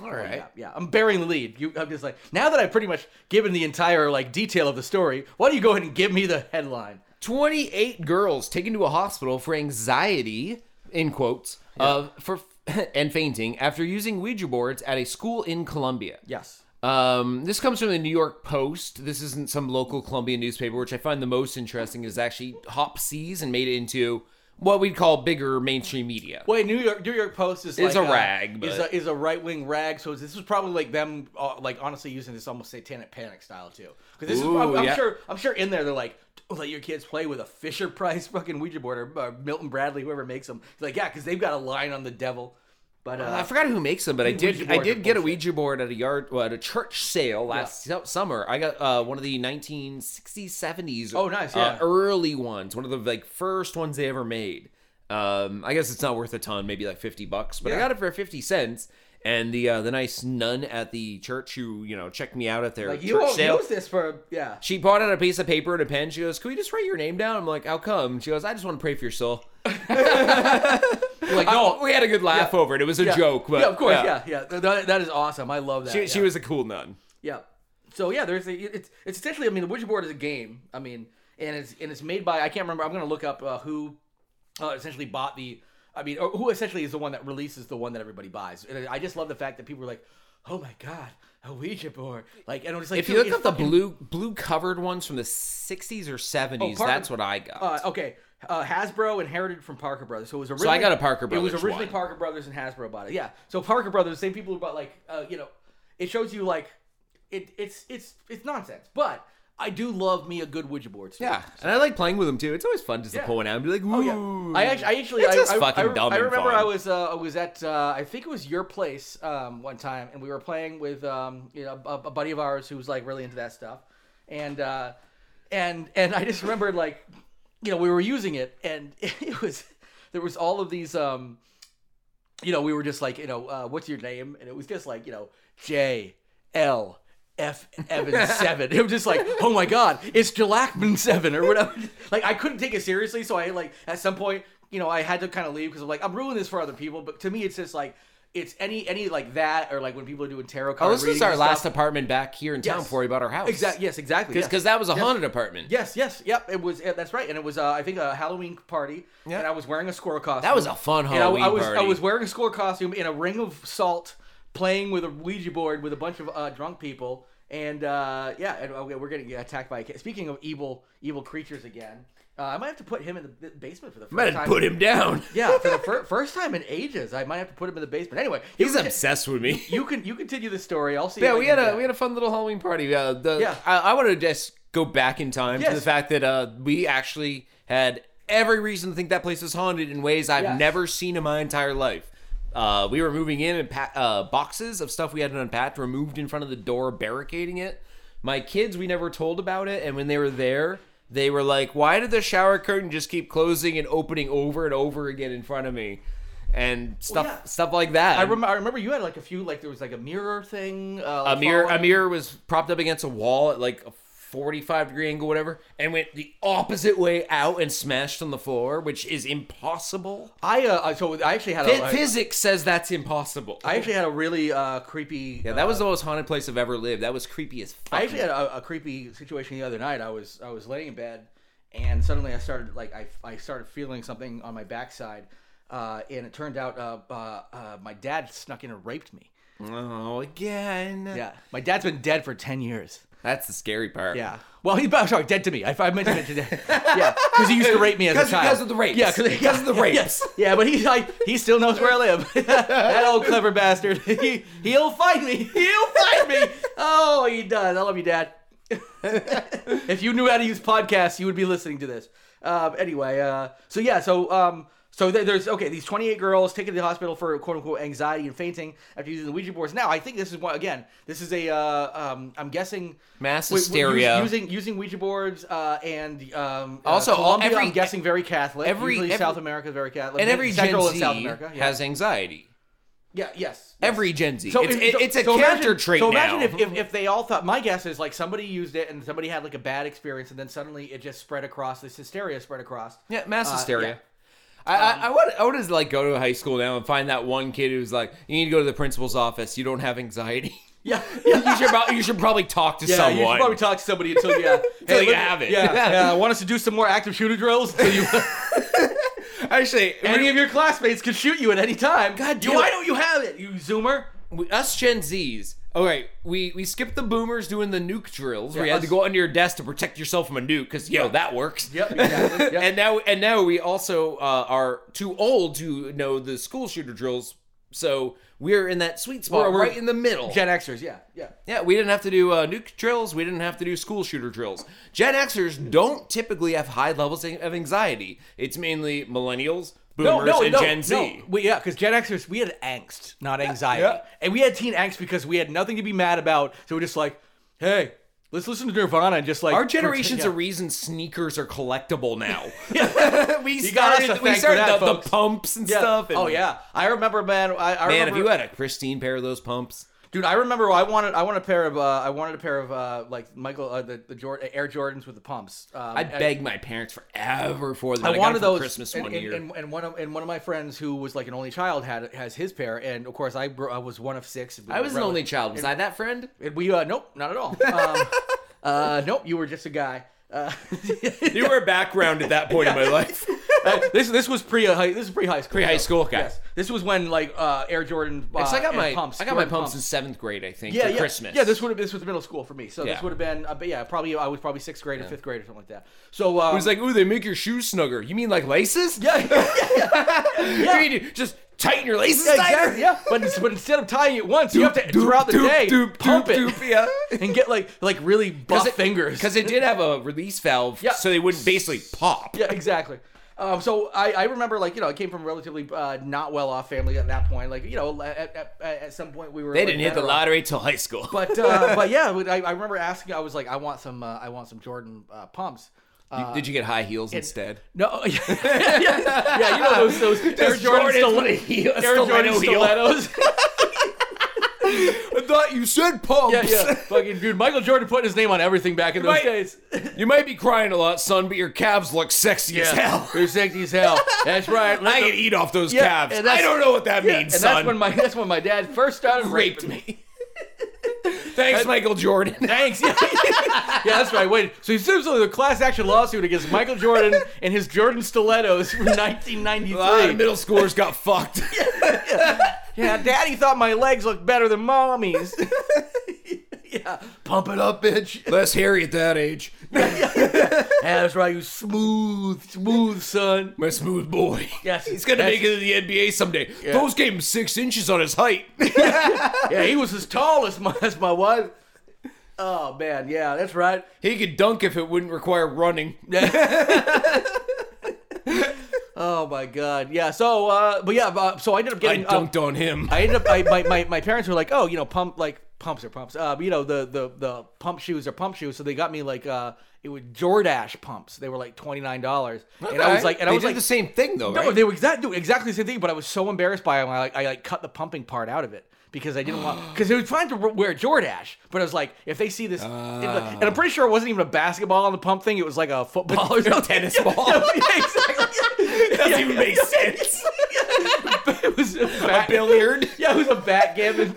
[SPEAKER 1] All right.
[SPEAKER 2] Yeah, yeah, I'm bearing the lead. You, I'm just like now that I've pretty much given the entire like detail of the story. Why don't you go ahead and give me the headline?
[SPEAKER 1] 28 girls taken to a hospital for anxiety, in quotes, of for and fainting after using Ouija boards at a school in Colombia.
[SPEAKER 2] Yes.
[SPEAKER 1] Um, this comes from the New York Post. This isn't some local Columbia newspaper, which I find the most interesting is actually hop seas and made it into what we'd call bigger mainstream media.
[SPEAKER 2] Wait, New York New York Post is
[SPEAKER 1] It's
[SPEAKER 2] like
[SPEAKER 1] a rag,
[SPEAKER 2] is
[SPEAKER 1] but-
[SPEAKER 2] a, is a right wing rag. So this was probably like them, uh, like honestly using this almost satanic panic style too. Because this
[SPEAKER 1] Ooh,
[SPEAKER 2] is, I'm, I'm
[SPEAKER 1] yeah.
[SPEAKER 2] sure, I'm sure in there they're like, don't let your kids play with a Fisher Price fucking Ouija board or, or Milton Bradley, whoever makes them. It's like, yeah, because they've got a line on the devil. But uh,
[SPEAKER 1] I forgot who makes them, but I
[SPEAKER 2] Ouija
[SPEAKER 1] did. I
[SPEAKER 2] boards are
[SPEAKER 1] did get a
[SPEAKER 2] bullshit.
[SPEAKER 1] Ouija board at a yard, well, at a church sale last su- summer. I got uh, one of the 1960s, 70s.
[SPEAKER 2] Oh, nice,
[SPEAKER 1] uh,
[SPEAKER 2] yeah.
[SPEAKER 1] early ones. One of the like first ones they ever made. Um, I guess it's not worth a ton, maybe like 50 bucks, but I
[SPEAKER 2] Yeah.
[SPEAKER 1] got it for 50 cents. And the uh, the nice nun at the church who you know checked me out at their
[SPEAKER 2] like you
[SPEAKER 1] church
[SPEAKER 2] won't
[SPEAKER 1] sale.
[SPEAKER 2] use this for yeah.
[SPEAKER 1] She brought out a piece of paper and a pen. She goes, "Can we just write your name down?" I'm like, "How come?" She goes, "I just want to pray for your soul."
[SPEAKER 2] Like
[SPEAKER 1] I- we had a good laugh over it. It was a
[SPEAKER 2] yeah.
[SPEAKER 1] joke, but
[SPEAKER 2] yeah, of course, yeah, yeah. That, that is awesome. I love that.
[SPEAKER 1] She,
[SPEAKER 2] yeah.
[SPEAKER 1] she was a cool nun.
[SPEAKER 2] Yeah. So yeah, there's a, it's it's essentially I mean the Ouija board is a game. I mean, and it's and it's made by I can't remember. I'm gonna look up uh, who uh, essentially bought the. I mean, or who essentially is the one that releases the one that everybody buys. And I just love the fact that people are like, "Oh my god, a Ouija board!" Like, and I'm just like,
[SPEAKER 1] If you
[SPEAKER 2] dude,
[SPEAKER 1] look
[SPEAKER 2] it's
[SPEAKER 1] up the
[SPEAKER 2] fucking-
[SPEAKER 1] blue blue covered ones from the 60s or 70s,
[SPEAKER 2] Parker-
[SPEAKER 1] that's what I got.
[SPEAKER 2] Oh, Uh, okay, uh, Hasbro inherited from Parker Brothers, so it was
[SPEAKER 1] I
[SPEAKER 2] originally.
[SPEAKER 1] got a Parker
[SPEAKER 2] It was
[SPEAKER 1] Brothers
[SPEAKER 2] originally
[SPEAKER 1] one.
[SPEAKER 2] Parker Brothers and Hasbro bought it. Yeah, so Parker Brothers, same people who bought like, uh, you know, it shows you like, it it's it's it's nonsense, but I do love me a good Ouija board. story.
[SPEAKER 1] yeah, and I like playing with them too. It's always fun just to
[SPEAKER 2] Yeah.
[SPEAKER 1] pull one out and be like,
[SPEAKER 2] Oh,
[SPEAKER 1] "Ooh."
[SPEAKER 2] yeah. I actually, I actually,
[SPEAKER 1] It's
[SPEAKER 2] I,
[SPEAKER 1] just
[SPEAKER 2] I,
[SPEAKER 1] fucking
[SPEAKER 2] I, re-
[SPEAKER 1] dumb
[SPEAKER 2] I
[SPEAKER 1] and
[SPEAKER 2] remember
[SPEAKER 1] fun.
[SPEAKER 2] I was, uh, I was at, uh, I think it was your place um, one time, and we were playing with, um, you know, a, a buddy of ours who was like really into that stuff, and uh, and and I just remembered like, you know, we were using it, and it was, there was all of these. Um, you know, we were just like, you know, uh, what's your name? And it was just like, you know, J L F Evans seven. It was just like, oh my god, it's Jalakman seven or whatever. like I couldn't take it seriously, so I like at some point, you know, I had to kind of leave because I'm like, I'm ruining this for other people. But to me, it's just like. It's any any like that or like when people are doing tarot
[SPEAKER 1] Oh,
[SPEAKER 2] cards.
[SPEAKER 1] this is our last apartment back here in town
[SPEAKER 2] Yes.
[SPEAKER 1] before we bought our house.
[SPEAKER 2] Exactly. Yes. Exactly.
[SPEAKER 1] Because
[SPEAKER 2] yes.
[SPEAKER 1] that was a haunted apartment.
[SPEAKER 2] Yes, yes, yep. It was. Yeah, that's right. And it was. Uh, I think a Halloween party.
[SPEAKER 1] Yeah.
[SPEAKER 2] And I was wearing a squirrel costume.
[SPEAKER 1] That was a fun
[SPEAKER 2] And I-
[SPEAKER 1] Halloween
[SPEAKER 2] I, was,
[SPEAKER 1] party.
[SPEAKER 2] I was wearing a squirrel costume in a ring of salt, playing with a Ouija board with a bunch of uh, drunk people. And uh, yeah, and uh, we're getting attacked by a cat. Speaking of evil, evil creatures again, uh, I might have to put him in the b- basement for the first
[SPEAKER 1] Might
[SPEAKER 2] time.
[SPEAKER 1] have put him down.
[SPEAKER 2] Yeah, for the fir- first time in ages, I might have to put him in the basement. Anyway, you
[SPEAKER 1] He's
[SPEAKER 2] can-
[SPEAKER 1] obsessed with me.
[SPEAKER 2] You can you continue the story. I'll see.
[SPEAKER 1] Yeah,
[SPEAKER 2] if I
[SPEAKER 1] we
[SPEAKER 2] can
[SPEAKER 1] had a
[SPEAKER 2] do-
[SPEAKER 1] we had a fun little Halloween party. Uh, the,
[SPEAKER 2] Yeah.
[SPEAKER 1] I, I want to just go back in time to
[SPEAKER 2] Yes.
[SPEAKER 1] the fact that uh, we actually had every reason to think that place was haunted in ways I've
[SPEAKER 2] Yes.
[SPEAKER 1] never seen in my entire life. Uh, we were moving in and pa- uh, boxes of stuff we hadn't unpacked were moved in front of the door, barricading it. My kids, we never told about it, and when they were there, they were like, "Why did the shower curtain just keep closing and opening over and over again in front of me?" And stuff,
[SPEAKER 2] yeah.
[SPEAKER 1] stuff like that.
[SPEAKER 2] I, rem- I remember you had like a few like there was like a mirror thing. Uh, like
[SPEAKER 1] Amir
[SPEAKER 2] following-
[SPEAKER 1] Amir was propped up against a wall at like a 45 degree angle, whatever, and went the opposite way out and smashed on the floor, which is impossible.
[SPEAKER 2] I uh, I- so I actually had a
[SPEAKER 1] Phy-
[SPEAKER 2] I
[SPEAKER 1] Physics says that's impossible.
[SPEAKER 2] I actually had a really uh, creepy.
[SPEAKER 1] yeah, that was the most haunted place I've ever lived. That was creepy as fuck.
[SPEAKER 2] I actually had a, a creepy situation the other night. I was I was laying in bed, and suddenly I started like I, I started feeling something on my backside, uh, and it turned out uh, uh, uh, my dad snuck in and raped me.
[SPEAKER 1] oh, again.
[SPEAKER 2] Yeah, my dad's been dead for ten years.
[SPEAKER 1] That's the scary part.
[SPEAKER 2] Yeah. Well, he's about sorry, dead to me. I, I mentioned it today. Yeah, because he used to rape me as a
[SPEAKER 1] 'Cause-
[SPEAKER 2] child.
[SPEAKER 1] 'cause of the rapes.
[SPEAKER 2] Yeah, 'cause-
[SPEAKER 1] 'Cause of the
[SPEAKER 2] yeah,
[SPEAKER 1] rapes.
[SPEAKER 2] yes. Yeah, but he like he still knows where I live. that old clever bastard. He he'll find me. He'll find me. Oh, he does. I love you, Dad. if you knew how to use podcasts, you would be listening to this. Um, anyway, uh, so yeah, so um, so there- there's okay. These 28 girls taken to the hospital for quote unquote anxiety and fainting after using the Ouija boards. Now, I think this is one again. This is a uh, um, I'm guessing
[SPEAKER 1] Mass
[SPEAKER 2] Wait, wait,
[SPEAKER 1] hysteria.
[SPEAKER 2] us- using using Ouija boards uh, and um, uh,
[SPEAKER 1] Also, all-
[SPEAKER 2] Colombia,
[SPEAKER 1] every-
[SPEAKER 2] I'm guessing very Catholic.
[SPEAKER 1] every-
[SPEAKER 2] Usually
[SPEAKER 1] every-
[SPEAKER 2] South America is very Catholic.
[SPEAKER 1] and every Gen
[SPEAKER 2] Central and
[SPEAKER 1] Z
[SPEAKER 2] South America yeah.
[SPEAKER 1] has anxiety.
[SPEAKER 2] yeah yes.
[SPEAKER 1] Every Gen Z.
[SPEAKER 2] So
[SPEAKER 1] it's,
[SPEAKER 2] if-
[SPEAKER 1] it-
[SPEAKER 2] so-
[SPEAKER 1] it's a
[SPEAKER 2] so imagine-
[SPEAKER 1] character trait
[SPEAKER 2] So
[SPEAKER 1] now.
[SPEAKER 2] imagine if, if, if they all thought. My guess is like somebody used it and somebody had like a bad experience and then suddenly it just spread across. This hysteria spread across.
[SPEAKER 1] Yeah, Um, mass
[SPEAKER 2] Uh,
[SPEAKER 1] hysteria.
[SPEAKER 2] yeah.
[SPEAKER 1] I, I, I want I want to like go to high school now and find that one kid who's like, you need to go to the principal's office. You don't have anxiety.
[SPEAKER 2] Yeah.
[SPEAKER 1] you should prob- you should probably talk to
[SPEAKER 2] Yeah,
[SPEAKER 1] someone.
[SPEAKER 2] you should probably talk to somebody until you, yeah,
[SPEAKER 1] Until you
[SPEAKER 2] let-
[SPEAKER 1] have it.
[SPEAKER 2] Yeah,
[SPEAKER 1] Yeah.
[SPEAKER 2] yeah. Want us to do some more active shooter drills? Until you,
[SPEAKER 1] Actually,
[SPEAKER 2] any of your classmates could shoot you at any time.
[SPEAKER 1] God
[SPEAKER 2] you,
[SPEAKER 1] damn
[SPEAKER 2] why
[SPEAKER 1] it.
[SPEAKER 2] don't you have it, you Zoomer?
[SPEAKER 1] we- us Gen Zs. All right, we we skipped the boomers doing the nuke drills. where
[SPEAKER 2] Yeah,
[SPEAKER 1] you had to
[SPEAKER 2] us-
[SPEAKER 1] go under your desk to protect yourself from a nuke because yo that works.
[SPEAKER 2] Yep, exactly, yep.
[SPEAKER 1] and now and now we also uh, are too old to know the school shooter drills, so we're in that sweet spot
[SPEAKER 2] We're- we're-
[SPEAKER 1] right in the middle.
[SPEAKER 2] Gen Xers, yeah, yeah.
[SPEAKER 1] Yeah, we didn't have to do uh, nuke drills. We didn't have to do school shooter drills. Gen Xers don't typically have high levels of anxiety. It's mainly millennials, boomers, and Gen Z.
[SPEAKER 2] No. We, yeah, because Gen Xers, we had angst, not anxiety.
[SPEAKER 1] yeah.
[SPEAKER 2] And we had teen angst because we had nothing to be mad about. So we're just like, hey, let's listen to Nirvana and just like.
[SPEAKER 1] Our generation's a
[SPEAKER 2] pretend-
[SPEAKER 1] reason sneakers are collectible now. we
[SPEAKER 2] got us
[SPEAKER 1] started, we
[SPEAKER 2] to thank for
[SPEAKER 1] started
[SPEAKER 2] that,
[SPEAKER 1] the, the
[SPEAKER 2] folks.
[SPEAKER 1] pumps and
[SPEAKER 2] yeah.
[SPEAKER 1] stuff. and-
[SPEAKER 2] oh, yeah. I remember, man. I, I
[SPEAKER 1] Man,
[SPEAKER 2] remember,
[SPEAKER 1] if you had a pristine pair of those pumps,
[SPEAKER 2] Dude, I remember I wanted I wanted a pair of uh, I wanted a pair of uh, like Michael uh, the, the Jordan, Air Jordans with the pumps. Um,
[SPEAKER 1] I
[SPEAKER 2] and-
[SPEAKER 1] begged my parents forever for them.
[SPEAKER 2] I,
[SPEAKER 1] got
[SPEAKER 2] wanted
[SPEAKER 1] them for
[SPEAKER 2] those
[SPEAKER 1] Christmas
[SPEAKER 2] and,
[SPEAKER 1] one
[SPEAKER 2] and,
[SPEAKER 1] year.
[SPEAKER 2] And, and one of and one of my friends who was like an only child had has his pair, and of course I, br- I was one of six.
[SPEAKER 1] I was an only child. Was I that friend?
[SPEAKER 2] And we uh, nope, not at all. Um, uh, nope, you were just a guy. Uh,
[SPEAKER 1] You were background at that point in my life.
[SPEAKER 2] uh, this this was pre uh, this is pre high school.
[SPEAKER 1] Pre-high
[SPEAKER 2] so,
[SPEAKER 1] school, guys.
[SPEAKER 2] This was when like uh, Air Jordan. Uh,
[SPEAKER 1] So I got
[SPEAKER 2] and
[SPEAKER 1] my
[SPEAKER 2] pumps.
[SPEAKER 1] I got my
[SPEAKER 2] Jordan
[SPEAKER 1] pumps in seventh grade, I think,
[SPEAKER 2] yeah,
[SPEAKER 1] for
[SPEAKER 2] yeah,
[SPEAKER 1] Christmas.
[SPEAKER 2] Yeah, this would have this was middle school for me. So
[SPEAKER 1] Yeah.
[SPEAKER 2] this would have been, uh, but yeah, probably I was probably sixth grade or fifth grade or something like that. So uh,
[SPEAKER 1] It was like, ooh, they make your shoes snugger. You mean like laces?
[SPEAKER 2] yeah, yeah, yeah.
[SPEAKER 1] You need to just tighten your laces
[SPEAKER 2] Yeah,
[SPEAKER 1] tighter.
[SPEAKER 2] exactly. Yeah, but, it's- but instead of tying it once, you have to
[SPEAKER 1] Doop,
[SPEAKER 2] throughout the
[SPEAKER 1] doop,
[SPEAKER 2] day
[SPEAKER 1] doop,
[SPEAKER 2] pump
[SPEAKER 1] doop,
[SPEAKER 2] it
[SPEAKER 1] doop, yeah.
[SPEAKER 2] and get like like really buff fingers.
[SPEAKER 1] Because it did have a release valve,
[SPEAKER 2] Yeah.
[SPEAKER 1] so they wouldn't basically pop.
[SPEAKER 2] yeah, exactly. Um, so I, I remember like you know I came from a relatively uh, not well off family at that point. Like you know at, at, at at some point we were
[SPEAKER 1] They
[SPEAKER 2] like,
[SPEAKER 1] didn't hit the
[SPEAKER 2] better off.
[SPEAKER 1] lottery till high school.
[SPEAKER 2] But uh, but yeah, but I, I remember asking. I was like, I want some uh, I want some Jordan uh, pumps. Uh,
[SPEAKER 1] did you get high heels instead?
[SPEAKER 2] no, yeah, yeah, yeah, you know those those Air Jordan,
[SPEAKER 1] Jordan
[SPEAKER 2] stilettos.
[SPEAKER 1] heel-
[SPEAKER 2] Air
[SPEAKER 1] stiletto
[SPEAKER 2] Jordan
[SPEAKER 1] heel.
[SPEAKER 2] stilettos.
[SPEAKER 1] I thought you said pumps.
[SPEAKER 2] Yeah, yeah. Fucking dude, Michael Jordan putting his name on everything back in those
[SPEAKER 1] Right.
[SPEAKER 2] days.
[SPEAKER 1] You might be crying a lot, son, but your calves look sexy as hell.
[SPEAKER 2] They're sexy as hell. That's right.
[SPEAKER 1] I can eat off those
[SPEAKER 2] Yeah,
[SPEAKER 1] calves.
[SPEAKER 2] and that's-
[SPEAKER 1] I don't know what that
[SPEAKER 2] Yeah,
[SPEAKER 1] means,
[SPEAKER 2] and
[SPEAKER 1] son.
[SPEAKER 2] that's when my that's when my dad first started
[SPEAKER 1] raped
[SPEAKER 2] raping me.
[SPEAKER 1] me. Thanks, Michael Jordan.
[SPEAKER 2] Thanks. Yeah. yeah, that's right. Wait, so he sues under the class action lawsuit against Michael Jordan and his Jordan stilettos from
[SPEAKER 1] A lot of
[SPEAKER 2] 1993.
[SPEAKER 1] middle schoolers got fucked.
[SPEAKER 2] Yeah, Daddy thought my legs looked better than mommy's. yeah, pump it up, bitch.
[SPEAKER 1] Less hairy at that age.
[SPEAKER 2] Yeah, that's right. You smooth, smooth son.
[SPEAKER 1] My smooth boy.
[SPEAKER 2] Yes,
[SPEAKER 1] He's gonna
[SPEAKER 2] that's-
[SPEAKER 1] make it to the NBA someday. Those gave him six inches on his height.
[SPEAKER 2] Yeah, he was as tall as my as my wife. Oh man, yeah, that's right.
[SPEAKER 1] he could dunk if it wouldn't require running.
[SPEAKER 2] Oh my god, yeah. So, uh, but yeah, uh, so I ended up
[SPEAKER 1] I
[SPEAKER 2] getting. uh,
[SPEAKER 1] dunked on him.
[SPEAKER 2] I ended up. I, my, my my parents were like, oh, you know, pump like pumps are pumps. Uh, you know, the the the pump shoes are pump shoes. So they got me like uh, it was Jordash pumps. They were like twenty nine dollars, and I was like, and
[SPEAKER 1] they
[SPEAKER 2] I was
[SPEAKER 1] did
[SPEAKER 2] like,
[SPEAKER 1] the same thing though,
[SPEAKER 2] no,
[SPEAKER 1] right?
[SPEAKER 2] they were exact, dude, exactly the same thing. But I was so embarrassed by them, I like I like cut the pumping part out of it. Because I didn't want, because they were trying to wear Jordash, but I was like, if they see this,
[SPEAKER 1] Ah.
[SPEAKER 2] and I'm pretty sure it wasn't even a basketball on the pump thing; it was like a football or something.
[SPEAKER 1] tennis
[SPEAKER 2] Yeah,
[SPEAKER 1] ball.
[SPEAKER 2] yeah, exactly.
[SPEAKER 1] Doesn't even make sense.
[SPEAKER 2] it was a
[SPEAKER 1] A
[SPEAKER 2] bat-
[SPEAKER 1] billiard.
[SPEAKER 2] yeah, it was a backgammon.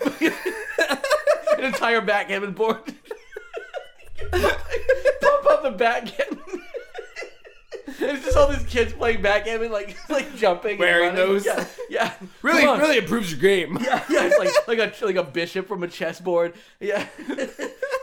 [SPEAKER 2] An entire backgammon board. Pump up the backgammon. It's just all these kids playing backgammon, like like jumping, and
[SPEAKER 1] Wearing
[SPEAKER 2] running.
[SPEAKER 1] those.
[SPEAKER 2] Yeah, yeah.
[SPEAKER 1] Really,
[SPEAKER 2] Come on.
[SPEAKER 1] really improves your game.
[SPEAKER 2] Yeah, yeah, it's like like a like a bishop from a chessboard. Yeah. so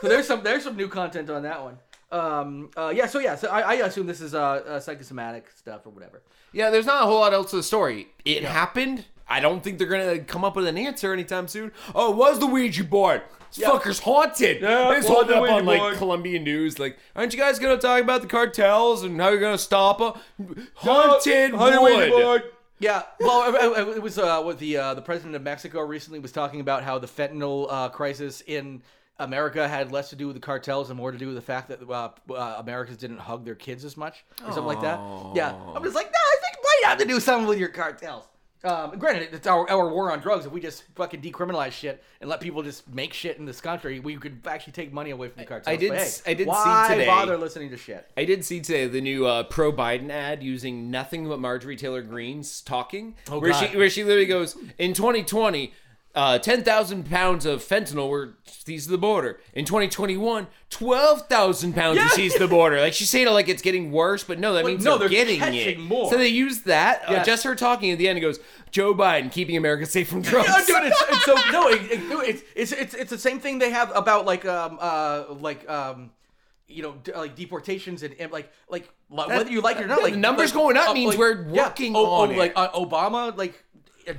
[SPEAKER 2] there's some there's some new content on that one. Um. Uh. Yeah. So yeah. So I, I assume this is uh, uh psychosomatic stuff or whatever.
[SPEAKER 1] Yeah, there's not a whole lot else to the story. It happened. I don't think they're gonna come up with an answer anytime soon. Oh, it was the Ouija board. This
[SPEAKER 2] Yeah.
[SPEAKER 1] fucker's haunted.
[SPEAKER 2] Yeah,
[SPEAKER 1] they just
[SPEAKER 2] it was
[SPEAKER 1] hold
[SPEAKER 2] the
[SPEAKER 1] up
[SPEAKER 2] Ouija
[SPEAKER 1] on like
[SPEAKER 2] board.
[SPEAKER 1] Colombian news, like, aren't you guys gonna talk about the cartels and how you're gonna stop them? Haunted wood.
[SPEAKER 2] Yeah, well, it- it- it was uh, what the uh, the president of Mexico recently was talking about how the fentanyl uh, crisis in America had less to do with the cartels and more to do with the fact that uh, uh, Americans didn't hug their kids as much or something like that. Yeah,
[SPEAKER 1] Oh.
[SPEAKER 2] I'm just like, no, I think we have to do something with your cartels. Um, granted, it's our, our war on drugs. If we just fucking decriminalize shit and let people just make shit in this country, we could actually take money away from the cartels.
[SPEAKER 1] did
[SPEAKER 2] But hey,
[SPEAKER 1] s- I did see
[SPEAKER 2] why
[SPEAKER 1] today-
[SPEAKER 2] bother listening to shit?
[SPEAKER 1] I did see today the new uh, pro Biden ad using nothing but Marjorie Taylor Greene's talking, where
[SPEAKER 2] Oh, God.
[SPEAKER 1] she where she literally goes, "In 2020, uh, 10,000 pounds of fentanyl were seized at the border. In 2021, 12,000 pounds were
[SPEAKER 2] Yeah.
[SPEAKER 1] seized at the border." Like she's saying it like it's getting worse, but no, that means
[SPEAKER 2] no,
[SPEAKER 1] they're,
[SPEAKER 2] they're
[SPEAKER 1] getting it.
[SPEAKER 2] catching more.
[SPEAKER 1] So they use that uh,
[SPEAKER 2] Yes.
[SPEAKER 1] just her talking at the end. It goes, "Joe Biden keeping America safe from drugs."
[SPEAKER 2] No, dude, it's, it's so no, it, it, no, it's, it's it's it's the same thing they have about like um uh like um you know d- like deportations and, and like like li- whether you like it or not,
[SPEAKER 1] yeah,
[SPEAKER 2] like
[SPEAKER 1] the numbers
[SPEAKER 2] like,
[SPEAKER 1] going up
[SPEAKER 2] uh,
[SPEAKER 1] means
[SPEAKER 2] like-
[SPEAKER 1] we're
[SPEAKER 2] yeah,
[SPEAKER 1] working
[SPEAKER 2] oh,
[SPEAKER 1] on
[SPEAKER 2] oh,
[SPEAKER 1] it.
[SPEAKER 2] like uh, Obama like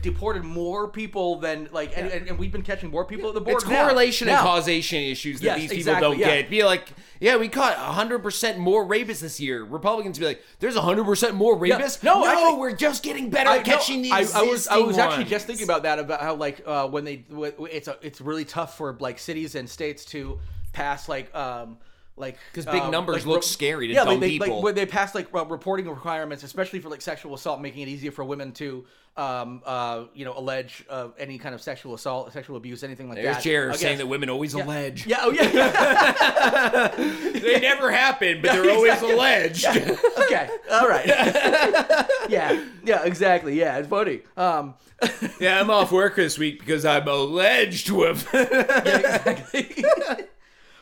[SPEAKER 2] deported more people than like and, and, and we've been catching more people at the border.
[SPEAKER 1] It's
[SPEAKER 2] now.
[SPEAKER 1] correlation
[SPEAKER 2] now.
[SPEAKER 1] and causation issues that
[SPEAKER 2] Yes,
[SPEAKER 1] these people
[SPEAKER 2] exactly,
[SPEAKER 1] don't
[SPEAKER 2] yeah.
[SPEAKER 1] get. Be like, yeah, we caught 100% more rapists this year. Republicans be like, there's 100% more rapists?
[SPEAKER 2] No, actually-
[SPEAKER 1] we're just getting better
[SPEAKER 2] no,
[SPEAKER 1] at catching these.
[SPEAKER 2] I, I was I was actually just thinking about that about how like uh, when they wh- wh- it's a, it's really tough for like cities and states to pass like um like
[SPEAKER 1] 'Cause big
[SPEAKER 2] um,
[SPEAKER 1] numbers
[SPEAKER 2] like,
[SPEAKER 1] look
[SPEAKER 2] re-
[SPEAKER 1] scary to
[SPEAKER 2] yeah,
[SPEAKER 1] dumb
[SPEAKER 2] like, they,
[SPEAKER 1] people.
[SPEAKER 2] Like, when they pass like re- reporting requirements, especially for like sexual assault, making it easier for women to um uh you know allege uh, any kind of sexual assault, sexual abuse, anything like
[SPEAKER 1] There's
[SPEAKER 2] that.
[SPEAKER 1] Jared
[SPEAKER 2] against-
[SPEAKER 1] saying that women always allege.
[SPEAKER 2] Yeah, oh yeah, yeah.
[SPEAKER 1] They never happen, but they're
[SPEAKER 2] exactly.
[SPEAKER 1] alleged.
[SPEAKER 2] okay, all right, yeah, yeah, exactly, yeah, it's funny. Um,
[SPEAKER 1] yeah, I'm off work this week because I'm alleged to have.
[SPEAKER 2] exactly.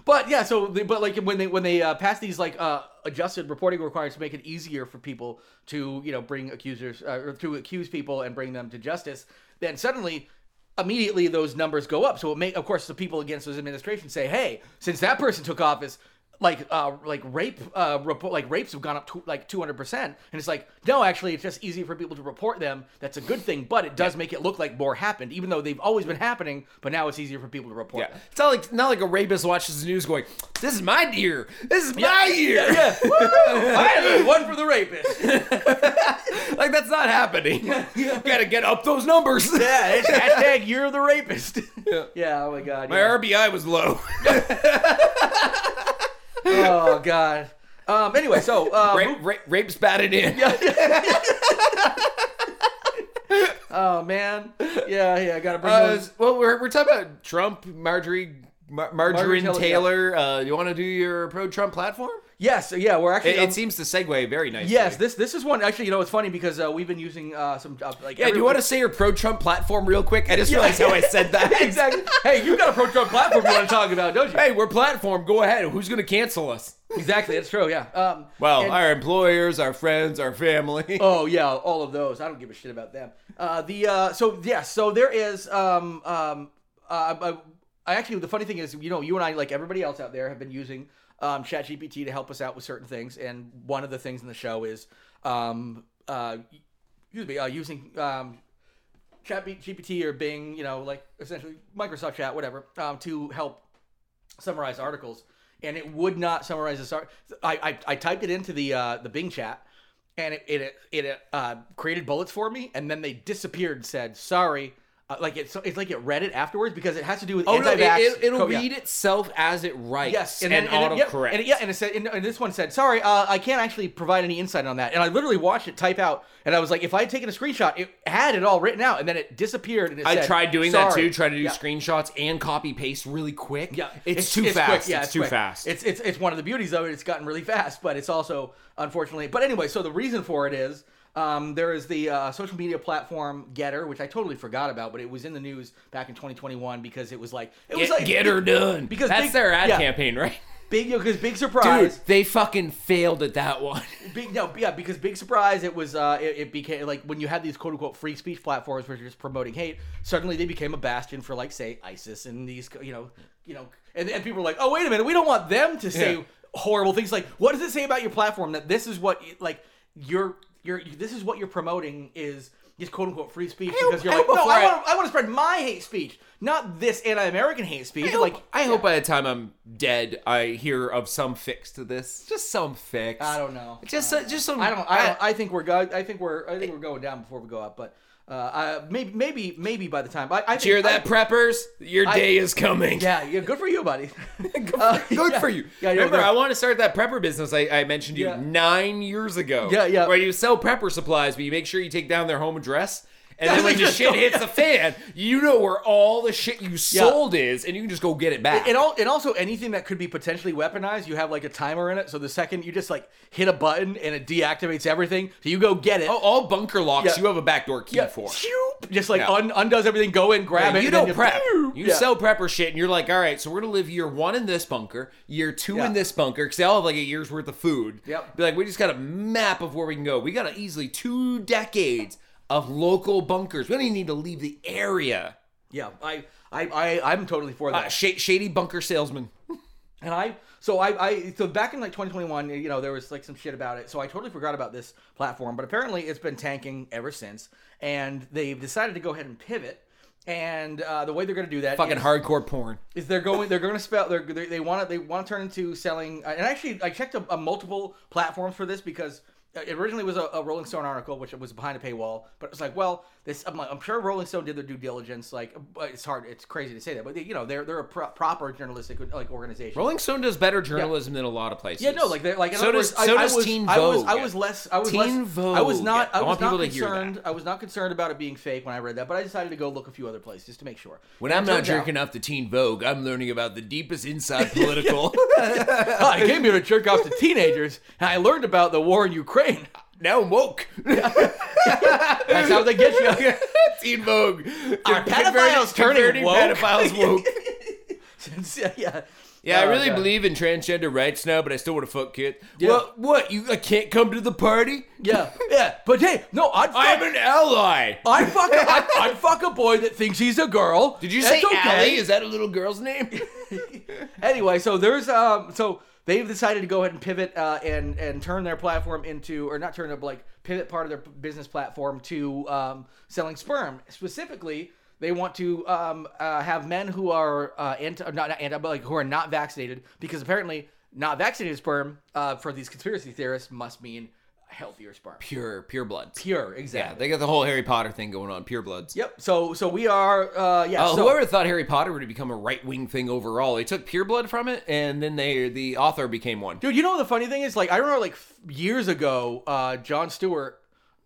[SPEAKER 2] but yeah, so they, but like when they when they uh, pass these like uh, adjusted reporting requirements to make it easier for people to you know bring accusers uh, or to accuse people and bring them to justice, then suddenly. Immediately, those numbers go up. So, it may, of course, the people against those administrations say, "Hey, since that person took office, like, uh, like rape, uh, report, like rapes have gone up to like two hundred percent." And it's like, no, actually, it's just easy for people to report them. That's a good thing, but it does make it look like more happened, even though they've always been happening. But now it's easier for people to report.
[SPEAKER 1] Yeah.
[SPEAKER 2] them.
[SPEAKER 1] It's not like not like a rapist watches the news going, "This is my year. This is my year."
[SPEAKER 2] Yeah. Woo! Finally, one for the rapist. Yeah,
[SPEAKER 1] Like that's not happening. You gotta get up those numbers.
[SPEAKER 2] it's hashtag you're the rapist. Yeah. oh my god.
[SPEAKER 1] My
[SPEAKER 2] yeah.
[SPEAKER 1] RBI was low.
[SPEAKER 2] Oh god. Um anyway, so uh
[SPEAKER 1] Rape, rape, rape's batted in.
[SPEAKER 2] Oh man, yeah, yeah. Got to bring
[SPEAKER 1] Uh,
[SPEAKER 2] those.
[SPEAKER 1] well, we're, we're talking about Trump, Marjorie, Mar- Marjorie
[SPEAKER 2] Taylor,
[SPEAKER 1] Taylor. Uh, you want to do your pro-Trump platform?
[SPEAKER 2] Yes, yeah. We're actually.
[SPEAKER 1] It,
[SPEAKER 2] um,
[SPEAKER 1] it seems to segue very nicely.
[SPEAKER 2] yes, this this is one. Actually, you know, it's funny because uh, we've been using uh, some uh, like.
[SPEAKER 1] Yeah, do you want to say your pro-Trump platform real quick? I just realized how I said that.
[SPEAKER 2] exactly. Hey, you've got a pro Trump platform you want to talk about, don't you?
[SPEAKER 1] Hey, we're platform. Go ahead. Who's going to cancel us?
[SPEAKER 2] Exactly. That's true. Yeah. Um,
[SPEAKER 1] Well,
[SPEAKER 2] and-
[SPEAKER 1] our employers, our friends, our family.
[SPEAKER 2] Oh yeah, all of those. I don't give a shit about them. Uh, the uh, so yes, so there is. Um, um, uh, I, I actually the funny thing is, you know, you and I, like everybody else out there, have been using um, ChatGPT to help us out with certain things, and one of the things in the show is, um, uh, excuse me, uh, using um, ChatGPT or Bing, you know, like essentially Microsoft Chat, whatever, um, to help summarize articles, and it would not summarize this. Art- I, I I typed it into the uh, the Bing chat, and it it it uh, created bullets for me, and then they disappeared. And said sorry, uh, like it's it's like it read it afterwards because it has to do with
[SPEAKER 1] Oh, no, it,
[SPEAKER 2] anti-vax.
[SPEAKER 1] it, will
[SPEAKER 2] co- yeah.
[SPEAKER 1] read itself as it writes.
[SPEAKER 2] Yes,
[SPEAKER 1] and,
[SPEAKER 2] then- then- yep,
[SPEAKER 1] autocorrect.
[SPEAKER 2] And, it- yeah, and it said, and, and this one said, "Sorry, uh, I can't actually provide any insight on that." And I literally watched it type out, and I was like, "If I had taken a screenshot, it had it all written out, and then it disappeared." And it
[SPEAKER 1] I
[SPEAKER 2] said,
[SPEAKER 1] tried doing that
[SPEAKER 2] "Sorry."
[SPEAKER 1] too. Tried to do
[SPEAKER 2] Yeah.
[SPEAKER 1] screenshots and copy paste really quick.
[SPEAKER 2] Yeah,
[SPEAKER 1] it's, too fast.
[SPEAKER 2] quick.
[SPEAKER 1] it's, too
[SPEAKER 2] quick.
[SPEAKER 1] fast.
[SPEAKER 2] It's it's it's one of the beauties of it. It's gotten really fast, but it's also unfortunately. But anyway, so the reason for it is um, there is the uh, social media platform Getter, which I totally forgot about, but it was in the news back in 2021 because it was like it was
[SPEAKER 1] get,
[SPEAKER 2] like
[SPEAKER 1] get her done
[SPEAKER 2] because
[SPEAKER 1] that's
[SPEAKER 2] big-
[SPEAKER 1] their ad
[SPEAKER 2] yeah.
[SPEAKER 1] campaign, right?
[SPEAKER 2] big because big
[SPEAKER 1] Dude,
[SPEAKER 2] surprise.
[SPEAKER 1] they fucking failed at that one.
[SPEAKER 2] Big no, yeah, because big surprise. It was uh, it, it became like when you had these quote unquote free speech platforms, which are just promoting hate. Suddenly, they became a bastion for like say ISIS and these you know you know and, and people were like, oh wait a minute, we don't want them to say
[SPEAKER 1] Yeah.
[SPEAKER 2] horrible things. Like, what does it say about your platform that this is what like you're you're this is what you're promoting is. Is quote unquote free speech because you're
[SPEAKER 1] I
[SPEAKER 2] like
[SPEAKER 1] hope
[SPEAKER 2] no
[SPEAKER 1] before
[SPEAKER 2] I
[SPEAKER 1] I-
[SPEAKER 2] want to I want to spread my hate speech not this anti-American hate speech
[SPEAKER 1] I
[SPEAKER 2] like
[SPEAKER 1] hope- I hope by the time I'm dead, I hear of some fix to this. Just some fix.
[SPEAKER 2] I don't know
[SPEAKER 1] Just, uh, just some.
[SPEAKER 2] I don't. I, don't, I think we're go- I think we're. I think we're going down before we go up. But uh, I, maybe, maybe, maybe by the time. I, I think,
[SPEAKER 1] cheer
[SPEAKER 2] I-
[SPEAKER 1] that preppers. Your day is coming.
[SPEAKER 2] yeah, yeah. Good for you, buddy.
[SPEAKER 1] Good for,
[SPEAKER 2] Uh,
[SPEAKER 1] good
[SPEAKER 2] yeah.
[SPEAKER 1] for you.
[SPEAKER 2] Yeah, you're
[SPEAKER 1] Remember,
[SPEAKER 2] good.
[SPEAKER 1] I want to start that prepper business I, I mentioned to you
[SPEAKER 2] Yeah.
[SPEAKER 1] nine years ago.
[SPEAKER 2] Yeah, yeah.
[SPEAKER 1] Where you sell prepper supplies, but you make sure you take down their home address. And
[SPEAKER 2] Yeah,
[SPEAKER 1] then when
[SPEAKER 2] we
[SPEAKER 1] the
[SPEAKER 2] just
[SPEAKER 1] shit
[SPEAKER 2] go-
[SPEAKER 1] hits the fan, you know where all the shit you sold is, and you can just go get it back.
[SPEAKER 2] And all, and also anything that could be potentially weaponized, you have like a timer in it. So the second you just like hit a button and it deactivates everything, so you go get it.
[SPEAKER 1] all, all bunker locks,
[SPEAKER 2] Yeah.
[SPEAKER 1] you have a backdoor key for.
[SPEAKER 2] shoop, just like
[SPEAKER 1] Yeah.
[SPEAKER 2] un- undoes everything. Go in, grab it.
[SPEAKER 1] you
[SPEAKER 2] and then
[SPEAKER 1] don't prep.
[SPEAKER 2] pew.
[SPEAKER 1] You
[SPEAKER 2] Yeah.
[SPEAKER 1] sell prepper shit, and you're like, all right, so we're gonna live year one in this bunker, year two
[SPEAKER 2] Yeah.
[SPEAKER 1] in this bunker, because they all have like a year's worth of food.
[SPEAKER 2] Yep.
[SPEAKER 1] Be like, we just got a map of where we can go. We got a, easily two decades of local bunkers. We don't even need to leave the area.
[SPEAKER 2] Yeah, I, I, I, I'm totally for that.
[SPEAKER 1] Uh, sh- shady bunker salesman.
[SPEAKER 2] And I, so I, I, so back in like 2021, you know, there was like some shit about it. So I totally forgot about this platform, but apparently it's been tanking ever since. And they've decided to go ahead and pivot. And uh, the way they're going to do that
[SPEAKER 1] Fucking
[SPEAKER 2] is-
[SPEAKER 1] hardcore porn.
[SPEAKER 2] is they're going they're going to spell they're, they they want to they want to turn into selling uh, and actually I checked a, a multiple platforms for this because uh, it originally was a, a Rolling Stone article which was behind a paywall but it was like well this I'm, like, I'm sure Rolling Stone did their due diligence like but it's hard it's crazy to say that but they, you know they're they're a pro- proper journalistic like organization
[SPEAKER 1] Rolling Stone does better journalism than a lot of places.
[SPEAKER 2] yeah, no, like they're like. in
[SPEAKER 1] so
[SPEAKER 2] other
[SPEAKER 1] does
[SPEAKER 2] words, I-
[SPEAKER 1] so
[SPEAKER 2] I
[SPEAKER 1] does
[SPEAKER 2] was-
[SPEAKER 1] Teen
[SPEAKER 2] I was,
[SPEAKER 1] Vogue.
[SPEAKER 2] I was less. I was
[SPEAKER 1] Teen
[SPEAKER 2] less.
[SPEAKER 1] Vogue.
[SPEAKER 2] I was not. I,
[SPEAKER 1] I
[SPEAKER 2] was
[SPEAKER 1] want
[SPEAKER 2] not
[SPEAKER 1] people to hear that.
[SPEAKER 2] concerned. I was not concerned about it being fake when I read that, but I decided to go look a few other places just to make sure.
[SPEAKER 1] When
[SPEAKER 2] And
[SPEAKER 1] I'm
[SPEAKER 2] it
[SPEAKER 1] not
[SPEAKER 2] turns out-
[SPEAKER 1] jerking off to Teen Vogue, I'm learning about the deepest inside political.
[SPEAKER 2] I came here to jerk off to teenagers, and I learned about the war in Ukraine.
[SPEAKER 1] now I'm woke.
[SPEAKER 2] That's how they get you.
[SPEAKER 1] Teen Vogue.
[SPEAKER 2] Are
[SPEAKER 1] Converted-
[SPEAKER 2] pedophiles turning
[SPEAKER 1] converting
[SPEAKER 2] woke?
[SPEAKER 1] pedophiles woke.
[SPEAKER 2] yeah.
[SPEAKER 1] Yeah, I
[SPEAKER 2] Oh,
[SPEAKER 1] really
[SPEAKER 2] God.
[SPEAKER 1] believe in transgender rights now, but I still want to fuck kids.
[SPEAKER 2] Yeah.
[SPEAKER 1] What? What? You? I can't come to the party.
[SPEAKER 2] Yeah, yeah. But hey, no, I'd
[SPEAKER 1] I am
[SPEAKER 2] fuck,
[SPEAKER 1] an ally.
[SPEAKER 2] I'd fuck, a, I'd, I'd fuck a boy that thinks he's a girl.
[SPEAKER 1] Did you
[SPEAKER 2] That's
[SPEAKER 1] say
[SPEAKER 2] okay.
[SPEAKER 1] ally? Is that a little girl's name?
[SPEAKER 2] anyway, so there's um, so they've decided to go ahead and pivot uh, and and turn their platform into, or not turn their like pivot part of their business platform to um, selling sperm. Specifically, they want to um, uh, have men who are uh, anti, not, not anti, but like who are not vaccinated, because apparently not vaccinated sperm uh, for these conspiracy theorists must mean healthier sperm.
[SPEAKER 1] pure, pure bloods.
[SPEAKER 2] Pure,
[SPEAKER 1] Yeah,
[SPEAKER 2] exactly.
[SPEAKER 1] they got the whole Harry Potter thing going on. Pure bloods.
[SPEAKER 2] Yep. So, so we are, uh, yeah.
[SPEAKER 1] Oh,
[SPEAKER 2] so,
[SPEAKER 1] whoever thought Harry Potter would become a right wing thing overall, they took pure blood from it, and then they the author became one.
[SPEAKER 2] Dude, you know the funny thing is, like, I remember like f- years ago, uh, John Stewart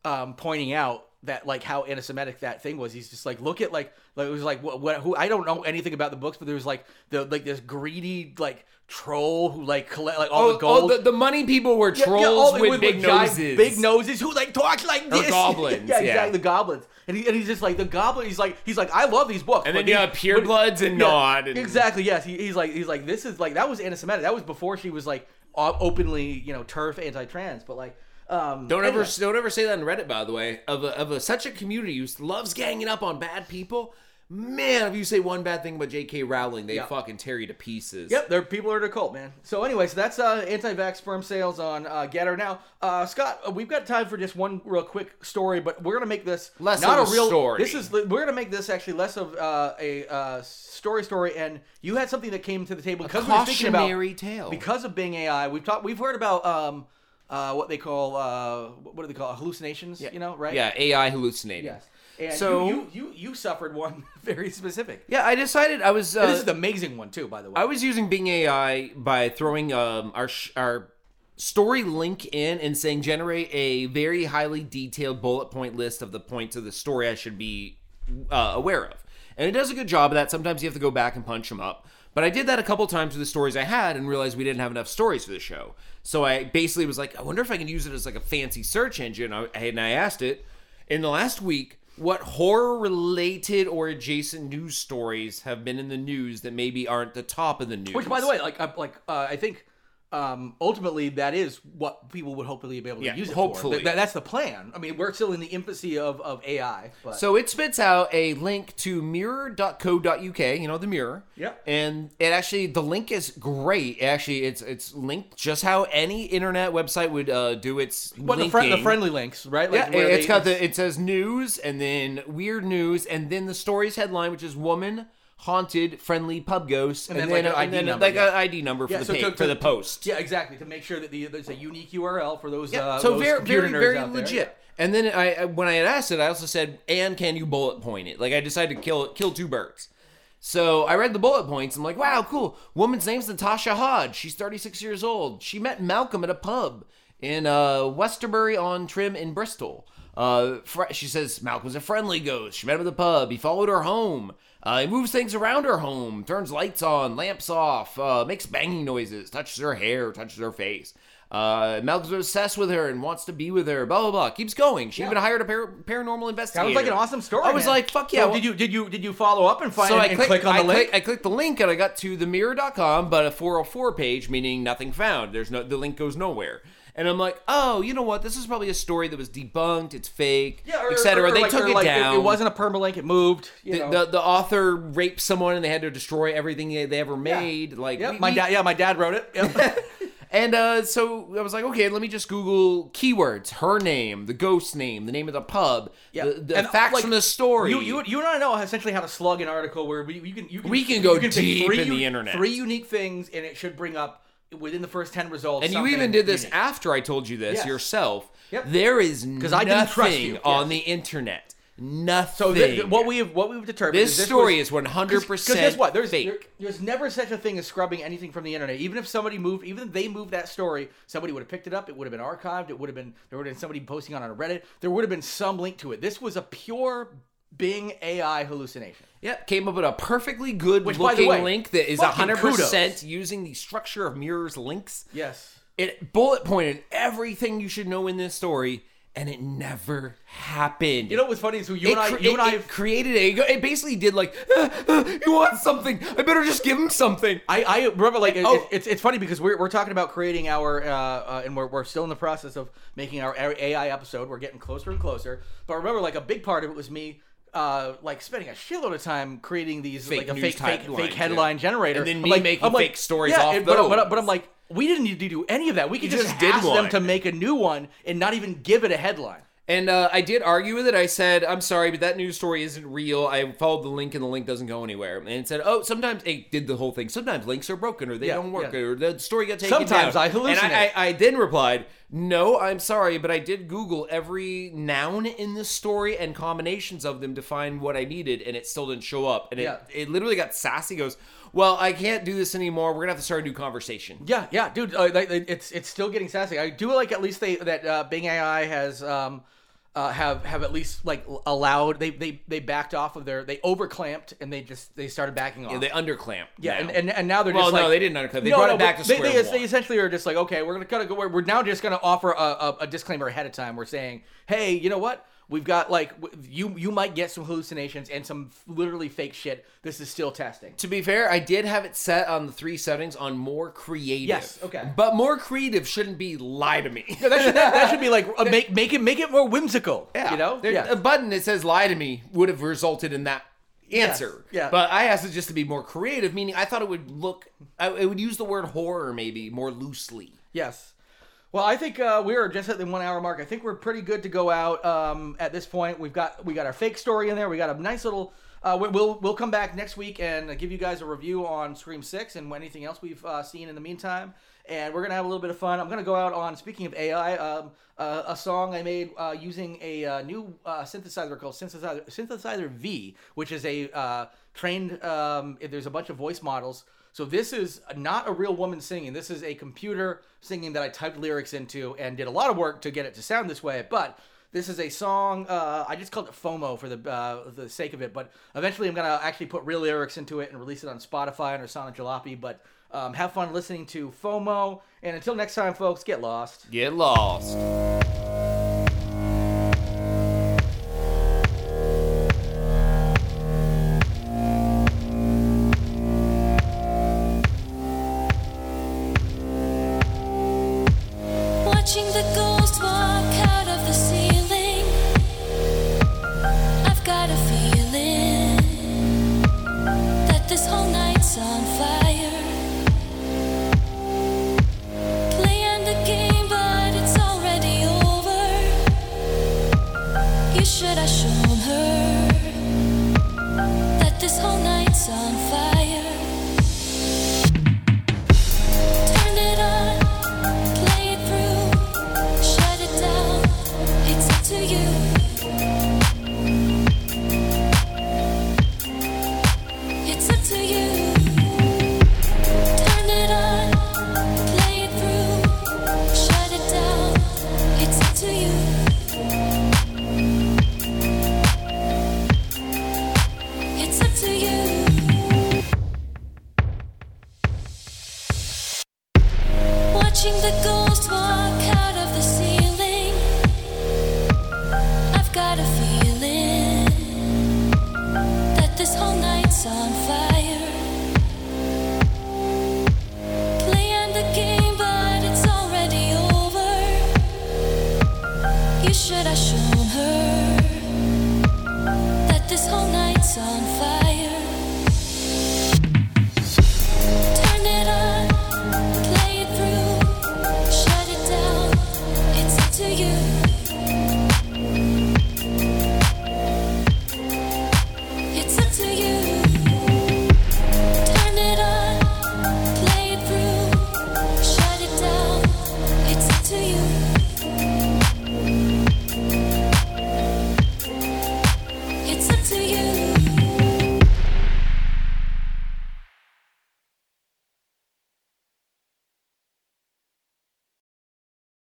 [SPEAKER 2] um, pointing out that like how anti-Semitic that thing was. He's just like, look at like, like it was like what, what who I don't know anything about the books, but there was like the like this greedy like troll who like collect like all
[SPEAKER 1] Oh,
[SPEAKER 2] the gold.
[SPEAKER 1] oh, the, the money people were
[SPEAKER 2] Yeah,
[SPEAKER 1] trolls
[SPEAKER 2] yeah, all-
[SPEAKER 1] with, big
[SPEAKER 2] giant
[SPEAKER 1] noses.
[SPEAKER 2] big noses who like talk like this.
[SPEAKER 1] goblins,
[SPEAKER 2] yeah,
[SPEAKER 1] yeah.
[SPEAKER 2] exactly. The goblins, and, he, and he's just like the goblin. He's like he's like I love these books.
[SPEAKER 1] And
[SPEAKER 2] but
[SPEAKER 1] then you
[SPEAKER 2] these-
[SPEAKER 1] have purebloods and
[SPEAKER 2] yeah,
[SPEAKER 1] nod. And,
[SPEAKER 2] Exactly. Yes. He, he's like he's like this is like that was anti-Semitic. That was before she was like o- openly you know turf anti-trans. But like um
[SPEAKER 1] Don't ever
[SPEAKER 2] anyway.
[SPEAKER 1] don't ever say that on Reddit, by the way. Of a, of a, such a community who loves ganging up on bad people. Man, if you say one bad thing about J.K. Rowling, they
[SPEAKER 2] Yeah.
[SPEAKER 1] fucking tear you to pieces.
[SPEAKER 2] Yep, they're people are in a cult, man. So anyway, so that's uh, anti-vax sperm sales on uh, Getter. Now, uh, Scott, uh, we've got time for just one real quick story, but we're gonna make this
[SPEAKER 1] Less
[SPEAKER 2] not
[SPEAKER 1] of
[SPEAKER 2] a
[SPEAKER 1] a
[SPEAKER 2] real
[SPEAKER 1] story.
[SPEAKER 2] This is we're gonna make this actually less of uh, a uh, story story. And you had something that came to the table because we were thinking about
[SPEAKER 1] Cautionary tale.
[SPEAKER 2] because of Bing AI, we've talked, we've heard about um, uh, what they call uh, what do they call it? hallucinations? You know, right?
[SPEAKER 1] yeah, AI hallucinating.
[SPEAKER 2] Yes. And
[SPEAKER 1] So-
[SPEAKER 2] you, you you you suffered one very specific.
[SPEAKER 1] Yeah, I decided I was. Uh,
[SPEAKER 2] this is an amazing one too, by the way.
[SPEAKER 1] I was using Bing AI by throwing um, our sh- our story link in and saying generate a very highly detailed bullet point list of the points of the story I should be uh, aware of, and it does a good job of that. Sometimes you have to go back and punch them up, but I did that a couple times with the stories I had and realized we didn't have enough stories for the show. So I basically was like, I wonder if I can use it as like a fancy search engine. I, and I asked it in the last week what horror related or adjacent news stories have been in the news that maybe aren't the top of the news
[SPEAKER 2] Which, by the way, like, I, like uh, I think um, ultimately that is what people would hopefully be able to
[SPEAKER 1] Yeah,
[SPEAKER 2] use it for.
[SPEAKER 1] hopefully.
[SPEAKER 2] Th- that- that's the plan. I mean, we're still in the infancy of, of AI, but
[SPEAKER 1] so it spits out a link to mirror.co.uk you know the mirror
[SPEAKER 2] Yep.
[SPEAKER 1] and it actually the link is great actually it's it's linked just how any internet website would uh, do its
[SPEAKER 2] but the, fri- the
[SPEAKER 1] linking.
[SPEAKER 2] friendly links, right?
[SPEAKER 1] Yeah,
[SPEAKER 2] Like, where
[SPEAKER 1] it's
[SPEAKER 2] they-
[SPEAKER 1] got the it says news and then weird news and then the story's headline, which is woman haunted friendly pub ghost, and,
[SPEAKER 2] then,
[SPEAKER 1] then,
[SPEAKER 2] like, an
[SPEAKER 1] and
[SPEAKER 2] ID
[SPEAKER 1] then,
[SPEAKER 2] number,
[SPEAKER 1] like
[SPEAKER 2] yeah.
[SPEAKER 1] an ID number for
[SPEAKER 2] Yeah,
[SPEAKER 1] the
[SPEAKER 2] so
[SPEAKER 1] pa-
[SPEAKER 2] to-
[SPEAKER 1] for
[SPEAKER 2] to-
[SPEAKER 1] the post.
[SPEAKER 2] yeah, exactly. To make sure that the, there's a unique URL for those. Uh,
[SPEAKER 1] so
[SPEAKER 2] those
[SPEAKER 1] very
[SPEAKER 2] computer
[SPEAKER 1] very
[SPEAKER 2] nerds
[SPEAKER 1] very
[SPEAKER 2] out there.
[SPEAKER 1] legit. And then I I- when I had asked it, I also said, "And can you bullet point it?" Like I decided to kill kill two birds. So I read the bullet points. I'm like, wow, cool. Woman's name's Natasha Hodge. She's 36 years old. She met Malcolm at a pub in uh, Westerbury on Trim in Bristol. Uh, fr- she says Malcolm's a friendly ghost. She met him at the pub. He followed her home. Uh, he moves things around her home, turns lights on, lamps off, uh, makes banging noises, touches her hair, touches her face. Uh, Malcolm's obsessed with her and wants to be with her. Blah blah blah. Keeps going. She even hired a par- paranormal investigator.
[SPEAKER 2] That was like an awesome story.
[SPEAKER 1] I was
[SPEAKER 2] man.
[SPEAKER 1] like, fuck yeah.
[SPEAKER 2] So
[SPEAKER 1] well-
[SPEAKER 2] did you did you did you follow up and find
[SPEAKER 1] so I
[SPEAKER 2] and
[SPEAKER 1] click,
[SPEAKER 2] click on the
[SPEAKER 1] I
[SPEAKER 2] link?
[SPEAKER 1] Click, I clicked the link and I got to the mirror.com, but a 404 page, meaning nothing found. There's no the link goes nowhere. And I'm like, oh, you know what? This is probably a story that was debunked. It's fake,
[SPEAKER 2] yeah, or-
[SPEAKER 1] etc.
[SPEAKER 2] or
[SPEAKER 1] They
[SPEAKER 2] like-
[SPEAKER 1] took
[SPEAKER 2] or
[SPEAKER 1] it
[SPEAKER 2] like
[SPEAKER 1] down.
[SPEAKER 2] It, wasn't a permalink. It moved. You
[SPEAKER 1] the,
[SPEAKER 2] know.
[SPEAKER 1] the, the author raped someone and they had to destroy everything they, they ever made. Like
[SPEAKER 2] Yep,
[SPEAKER 1] we-
[SPEAKER 2] my
[SPEAKER 1] we-
[SPEAKER 2] dad. Yeah, my dad wrote it. Yep.
[SPEAKER 1] And uh, so I was like, okay, let me just Google keywords: her name, the ghost name, the name of the pub, the, the
[SPEAKER 2] And, uh,
[SPEAKER 1] facts
[SPEAKER 2] like,
[SPEAKER 1] from the story.
[SPEAKER 2] You, you, you and I know essentially how to slug an article where we, you can you can
[SPEAKER 1] We can
[SPEAKER 2] you
[SPEAKER 1] go
[SPEAKER 2] pick
[SPEAKER 1] deep in
[SPEAKER 2] u-
[SPEAKER 1] the internet.
[SPEAKER 2] Three unique things, and it should bring up within the first ten results.
[SPEAKER 1] And you
[SPEAKER 2] something
[SPEAKER 1] even did this
[SPEAKER 2] unique.
[SPEAKER 1] after I told you this
[SPEAKER 2] Yes.
[SPEAKER 1] yourself.
[SPEAKER 2] Yep.
[SPEAKER 1] There is nothing
[SPEAKER 2] I didn't trust you.
[SPEAKER 1] on
[SPEAKER 2] Yes.
[SPEAKER 1] the internet. Nothing.
[SPEAKER 2] So th- th- what we have what we've determined
[SPEAKER 1] this,
[SPEAKER 2] is this
[SPEAKER 1] story
[SPEAKER 2] was-
[SPEAKER 1] is one hundred
[SPEAKER 2] Because
[SPEAKER 1] percent
[SPEAKER 2] guess what? There's
[SPEAKER 1] fake.
[SPEAKER 2] there- there's never such a thing as scrubbing anything from the internet. Even if somebody moved, even if they moved that story, somebody would have picked it up. It would have been archived. It would have been there would have been somebody posting on a Reddit. There would have been some link to it. This was a pure Bing AI hallucination.
[SPEAKER 1] Yep, came up with a perfectly good
[SPEAKER 2] Which, by the
[SPEAKER 1] looking
[SPEAKER 2] way,
[SPEAKER 1] link that is
[SPEAKER 2] fucking
[SPEAKER 1] hundred percent using the structure of mirrors links.
[SPEAKER 2] Yes.
[SPEAKER 1] It bullet pointed everything you should know in this story, and it never happened.
[SPEAKER 2] You know what's funny is who you
[SPEAKER 1] it,
[SPEAKER 2] and I
[SPEAKER 1] cre-
[SPEAKER 2] you
[SPEAKER 1] it-
[SPEAKER 2] and I
[SPEAKER 1] it created a. It basically did like, "Uh, you want something? I better just give him something.
[SPEAKER 2] I, I remember like it,
[SPEAKER 1] Oh.
[SPEAKER 2] it- it's it's funny because we're, we're talking about creating our uh, uh, and we're, we're still in the process of making our A- AI episode. We're getting closer and closer. But remember, like a big part of it was me. Uh, like spending a shitload of time creating these
[SPEAKER 1] Fake
[SPEAKER 2] like a
[SPEAKER 1] news
[SPEAKER 2] fake fake,
[SPEAKER 1] headlines,
[SPEAKER 2] fake
[SPEAKER 1] yeah.
[SPEAKER 2] headline generator,
[SPEAKER 1] And then
[SPEAKER 2] I'm
[SPEAKER 1] me
[SPEAKER 2] like,
[SPEAKER 1] making
[SPEAKER 2] I'm like,
[SPEAKER 1] fake stories
[SPEAKER 2] yeah,
[SPEAKER 1] off
[SPEAKER 2] it- but, but
[SPEAKER 1] those.
[SPEAKER 2] but I'm like, we didn't need to do any of that. We could just,
[SPEAKER 1] just did
[SPEAKER 2] ask them
[SPEAKER 1] one.
[SPEAKER 2] to make a new one and not even give it a headline.
[SPEAKER 1] And uh, I did argue with it. I said, I'm sorry, but that news story isn't real. I followed the link and the link doesn't go anywhere. And it said, oh, sometimes it did the whole thing. Sometimes links are broken or they
[SPEAKER 2] Yeah,
[SPEAKER 1] don't work
[SPEAKER 2] yeah.
[SPEAKER 1] or the story got taken
[SPEAKER 2] Sometimes
[SPEAKER 1] down.
[SPEAKER 2] I
[SPEAKER 1] And
[SPEAKER 2] hallucinate.
[SPEAKER 1] I, I, I then replied, no, I'm sorry, but I did Google every noun in this story and combinations of them to find what I needed and it still didn't show up. And it,
[SPEAKER 2] Yeah.
[SPEAKER 1] it literally got sassy, goes, well, I can't do this anymore. We're going to have to start a new conversation.
[SPEAKER 2] Yeah, yeah, dude. Uh, they, they- it's it's still getting sassy. I do like at least they that uh, Bing AI has um, uh, have have at least like l- allowed they they they backed off of their they overclamped and they just they started backing off.
[SPEAKER 1] They underclamp.
[SPEAKER 2] Yeah,
[SPEAKER 1] now.
[SPEAKER 2] and, and, and now they're
[SPEAKER 1] well,
[SPEAKER 2] just
[SPEAKER 1] no,
[SPEAKER 2] like,
[SPEAKER 1] they didn't underclamp. They
[SPEAKER 2] No,
[SPEAKER 1] brought
[SPEAKER 2] no,
[SPEAKER 1] it back
[SPEAKER 2] but
[SPEAKER 1] to
[SPEAKER 2] they,
[SPEAKER 1] square
[SPEAKER 2] they,
[SPEAKER 1] one.
[SPEAKER 2] they essentially are just like, okay, we're gonna kind of go. We're now just gonna offer a, a, a disclaimer ahead of time. We're saying, hey, you know what? We've got like w- you you might get some hallucinations and some f- literally fake shit. This is still testing.
[SPEAKER 1] To be fair, I did have it set on the three settings on more creative.
[SPEAKER 2] Yes, okay.
[SPEAKER 1] But more creative shouldn't be lie to me.
[SPEAKER 2] No, that should that, that should be like uh, make make it make it more whimsical. you know,
[SPEAKER 1] There-
[SPEAKER 2] yeah.
[SPEAKER 1] a button that says "lie to me" would have resulted in that answer.
[SPEAKER 2] Yes, yeah.
[SPEAKER 1] but I asked it just to be more creative, meaning I thought it would look, I, it would use the word horror maybe more loosely.
[SPEAKER 2] Yes. Well, I think uh, we are just at the one hour mark. I think we're pretty good to go out um, at this point. We've got we got our fake story in there. We got a nice little. Uh, we- we'll we'll come back next week and give you guys a review on Scream Six and anything else we've uh, seen in the meantime. And we're gonna have a little bit of fun. I'm gonna go out on speaking of AI, um, uh, a song I made uh, using a uh, new uh, synthesizer called synthesizer synthesizer V, which is a uh, trained. Um, there's a bunch of voice models. So this is not a real woman singing. This is a computer singing that I typed lyrics into and did a lot of work to get it to sound this way. But this is a song. Uh, I just called it FOMO for the uh, the sake of it. But eventually, I'm gonna actually put real lyrics into it and release it on Spotify and Sonic Jalopy. But um, have fun listening to FOMO. And until next time, folks, get lost.
[SPEAKER 1] Get lost.
[SPEAKER 3] Watching the ghost walk out of the ceiling. I've got a feeling that this whole night's on fire. Playing the game, but it's already over. You should have shown her that this whole night's on fire. Turn it on. Play it through, shut it down. It's up to you. It's up to you. Turn it on, play it through, shut it down. It's up to you. It's up to you. Watching the ghost walk out of the ceiling. I've got a feeling that this whole night's on fire. Playing the game, but it's already over. You should have shown her that this whole night's on fire.